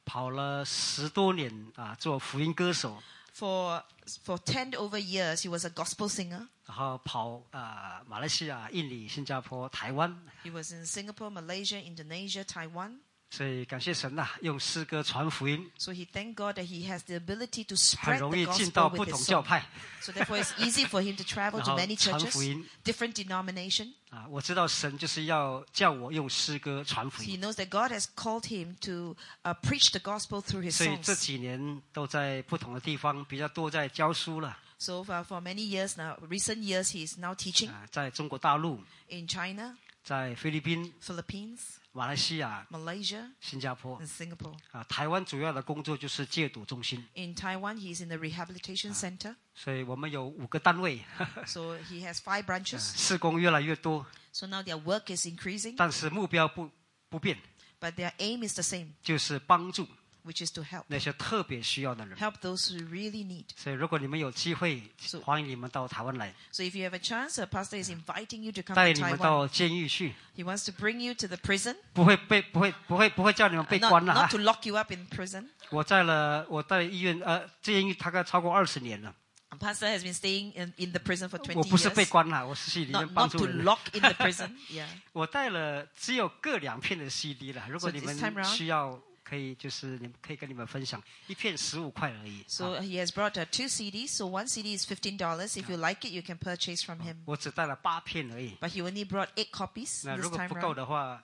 Speaker 1: 跑了十多年啊，做福音歌手，
Speaker 2: For for ten over years, he was a gospel singer.
Speaker 1: 然后跑啊马来西亚、印尼、新加坡、台湾，
Speaker 2: He was in Singapore, Malaysia, Indonesia, Taiwan.
Speaker 1: 所以感谢神呐、啊用诗歌传福音，
Speaker 2: So he thanked God that he has the ability to
Speaker 1: 很
Speaker 2: spread
Speaker 1: 容
Speaker 2: the
Speaker 1: 易进到
Speaker 2: gospel
Speaker 1: 不
Speaker 2: with
Speaker 1: 同
Speaker 2: his
Speaker 1: 教
Speaker 2: song.
Speaker 1: 派
Speaker 2: So therefore, it's easy for him to travel to
Speaker 1: 然后
Speaker 2: many
Speaker 1: 传福音。
Speaker 2: churches, different denomination.
Speaker 1: 啊。我知道神就是要叫我用诗歌传福
Speaker 2: He
Speaker 1: 音，
Speaker 2: knows that God has called him to uh, preach the gospel through his
Speaker 1: 所以这
Speaker 2: songs.
Speaker 1: 几年都在不同的地方，比较多在教书了
Speaker 2: So far, for many years now, recent years, he is now teaching
Speaker 1: 啊，在中国大陆、
Speaker 2: in China,
Speaker 1: 在菲律宾、
Speaker 2: Philippines,
Speaker 1: 马来西亚、
Speaker 2: Malaysia,
Speaker 1: 新加坡
Speaker 2: and Singapore.
Speaker 1: 啊。台湾主要的工作就是戒毒中心，
Speaker 2: In Taiwan, he is in the rehabilitation center.
Speaker 1: 所以我们有五个单位，
Speaker 2: So he has five branches.
Speaker 1: 事工越来越多，
Speaker 2: So now their work is increasing,
Speaker 1: 但是目标不不变，
Speaker 2: but their aim is the same,
Speaker 1: 就是帮助
Speaker 2: which is to help.
Speaker 1: 那些特别需要的人。
Speaker 2: Help those who really need.
Speaker 1: 所以，如果你们有机会
Speaker 2: 嗯是，
Speaker 1: 欢迎你们到台湾来，
Speaker 2: So if you have a chance, a pastor is inviting you to come
Speaker 1: 带
Speaker 2: to
Speaker 1: 你们
Speaker 2: Taiwan.
Speaker 1: 到监狱去，
Speaker 2: He wants to bring you to the prison,
Speaker 1: 不会被不会不会不会叫你们被
Speaker 2: not,
Speaker 1: 关了啊
Speaker 2: not！to lock you up in prison.
Speaker 1: 我在了我在医院呃监狱大概超过二十年了，
Speaker 2: A pastor has been staying in, in the prison for 20
Speaker 1: 我不是被
Speaker 2: years.
Speaker 1: 关了，我是去里面
Speaker 2: Not,
Speaker 1: 帮
Speaker 2: not
Speaker 1: 助
Speaker 2: to
Speaker 1: 人。
Speaker 2: lock in the prison. Yeah.
Speaker 1: 我带了只有各两片的 CD 了，如果
Speaker 2: So
Speaker 1: 你
Speaker 2: this time
Speaker 1: 们
Speaker 2: round-
Speaker 1: 需要，可以就是你们可以跟你们分享，一片十五块而已。
Speaker 2: So
Speaker 1: 啊
Speaker 2: he has brought uh, two CDs. So one CD is fifteen dollars. If you like it, you can purchase from him.
Speaker 1: 我只带了八片而已。
Speaker 2: But he only brought eight copies
Speaker 1: 那
Speaker 2: 嗯 this
Speaker 1: 如果
Speaker 2: time
Speaker 1: 不够
Speaker 2: round.
Speaker 1: 的话，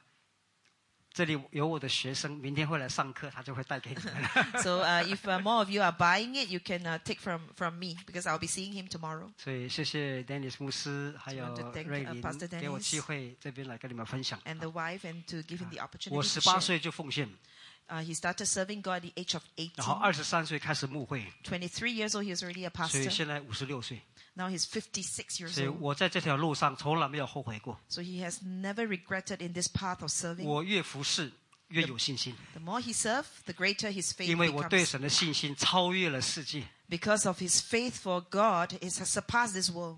Speaker 1: 这里有我的学生，明天会来上课，他就会带给你 们。
Speaker 2: So uh, if uh, more of you are buying it, you can uh, take from from me because I'll be seeing him tomorrow.
Speaker 1: 所以谢谢 Dennis 牧师还有
Speaker 2: So I want to thank, uh,
Speaker 1: 瑞林
Speaker 2: Pastor
Speaker 1: 给我
Speaker 2: Dennis
Speaker 1: 机会这边来跟你们分享。
Speaker 2: And the wife, and to give him the
Speaker 1: 我
Speaker 2: opportunity
Speaker 1: 十
Speaker 2: to
Speaker 1: 八
Speaker 2: share.
Speaker 1: 岁就奉献，
Speaker 2: Uh, he started serving God at the age of 18.
Speaker 1: 然后二十三岁开始牧会，
Speaker 2: 23 years old, he was already a
Speaker 1: 所以
Speaker 2: pastor.
Speaker 1: 现在五十六岁。
Speaker 2: Now he's
Speaker 1: 所
Speaker 2: 56 years
Speaker 1: 以
Speaker 2: old.
Speaker 1: 我在这条路上从来没有后悔过。
Speaker 2: So he has never regretted in this path of serving.
Speaker 1: 我越服侍越有信心，
Speaker 2: The more he serves, the greater his faith
Speaker 1: 因为我对
Speaker 2: becomes.
Speaker 1: 神的信心超越了世界。
Speaker 2: Because of his faith for God, it has surpassed this world.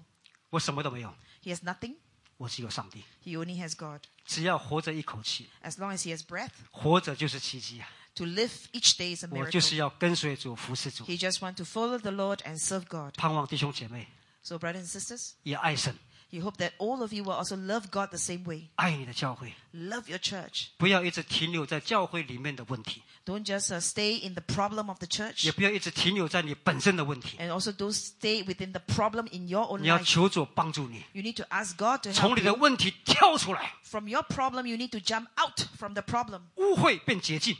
Speaker 1: 我什么都没有，
Speaker 2: He has nothing.
Speaker 1: 我只有上帝。
Speaker 2: He only has God.
Speaker 1: 只要活着一口气，
Speaker 2: As long as he has breath,
Speaker 1: 活着就是奇迹啊！
Speaker 2: to live each day is a
Speaker 1: 我就是
Speaker 2: miracle.
Speaker 1: 要跟随主、服侍主，
Speaker 2: He just wants to follow the Lord and serve God.
Speaker 1: 盼望弟兄姐妹
Speaker 2: So, brothers and sisters,
Speaker 1: 也爱神，
Speaker 2: he hope that all of you will also love God the same way.
Speaker 1: 爱你的教会，
Speaker 2: Love your church.
Speaker 1: 不要一直停留在教会里面的问题，
Speaker 2: Don't just uh, stay in the problem of the church.
Speaker 1: 也不要一直停留在你本身的问题。
Speaker 2: And also don't stay within the problem in your own
Speaker 1: 你要
Speaker 2: life.
Speaker 1: 求主帮助你，
Speaker 2: You need to ask God to
Speaker 1: 从
Speaker 2: help
Speaker 1: 你的
Speaker 2: you.
Speaker 1: 问题跳出来，
Speaker 2: From your problem, you need to jump out from the problem
Speaker 1: 污秽变洁净，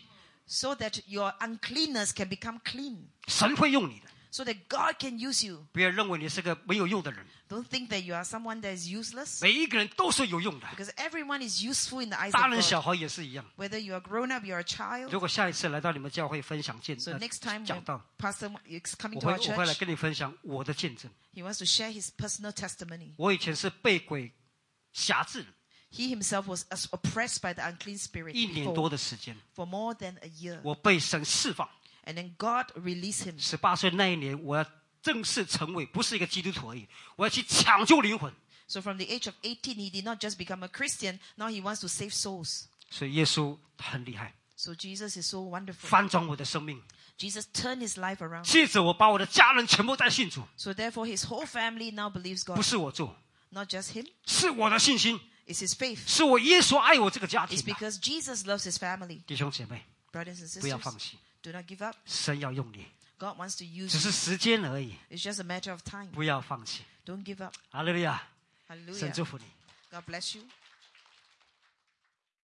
Speaker 2: so that your uncleanness can become clean,
Speaker 1: 神会用你的。
Speaker 2: so that God can use you.
Speaker 1: 不要认为你是个没有用的人，
Speaker 2: Don't think that you are someone that is useless
Speaker 1: 每一个人都是有用的，
Speaker 2: because everyone is useful in the eyes
Speaker 1: 大人
Speaker 2: of God.
Speaker 1: 小孩也是一样。
Speaker 2: Whether you are grown up, you are a child.
Speaker 1: 如果下一次来到你们教会分享见
Speaker 2: So
Speaker 1: 呃
Speaker 2: next time
Speaker 1: 讲
Speaker 2: when
Speaker 1: 到，
Speaker 2: Pastor is coming
Speaker 1: 我
Speaker 2: to
Speaker 1: 会
Speaker 2: our
Speaker 1: 我会来
Speaker 2: church,
Speaker 1: 跟你分享我的见证。
Speaker 2: he wants to share his personal testimony.
Speaker 1: 我以前是被鬼辖制
Speaker 2: He himself was as- oppressed by the unclean spirit
Speaker 1: 一年
Speaker 2: before
Speaker 1: 多的时间，
Speaker 2: for more than a year.
Speaker 1: 我被神释放。
Speaker 2: And then God released him.
Speaker 1: 十八岁那一年，我要正式成为不是一个基督徒而已，我要去抢救灵魂。
Speaker 2: So from the age of 18, he did not just become a Christian, now he wants to save souls.
Speaker 1: 所以耶稣很厉害，
Speaker 2: So Jesus is so wonderful.
Speaker 1: 翻转我的生命，
Speaker 2: Jesus turned his life around.
Speaker 1: 借着我把我的家人全部带信主，
Speaker 2: So therefore, his whole family now believes
Speaker 1: 不
Speaker 2: God.
Speaker 1: 是我做，
Speaker 2: Not just him,
Speaker 1: 是我的信心，
Speaker 2: it's his faith.
Speaker 1: 是我耶稣爱我这个家
Speaker 2: It's
Speaker 1: 庭啊、
Speaker 2: because Jesus loves his family.
Speaker 1: 弟兄姐妹，
Speaker 2: Brothers and
Speaker 1: 不要
Speaker 2: sisters,
Speaker 1: 放弃，
Speaker 2: do not give up.
Speaker 1: 神要用你，
Speaker 2: God wants to use
Speaker 1: 只
Speaker 2: you.
Speaker 1: 是时间而已，
Speaker 2: It's just a matter of time.
Speaker 1: 不要放弃。
Speaker 2: Don't give up.
Speaker 1: 阿利利亚，
Speaker 2: Hallelujah.
Speaker 1: 神祝福你。
Speaker 2: God bless you.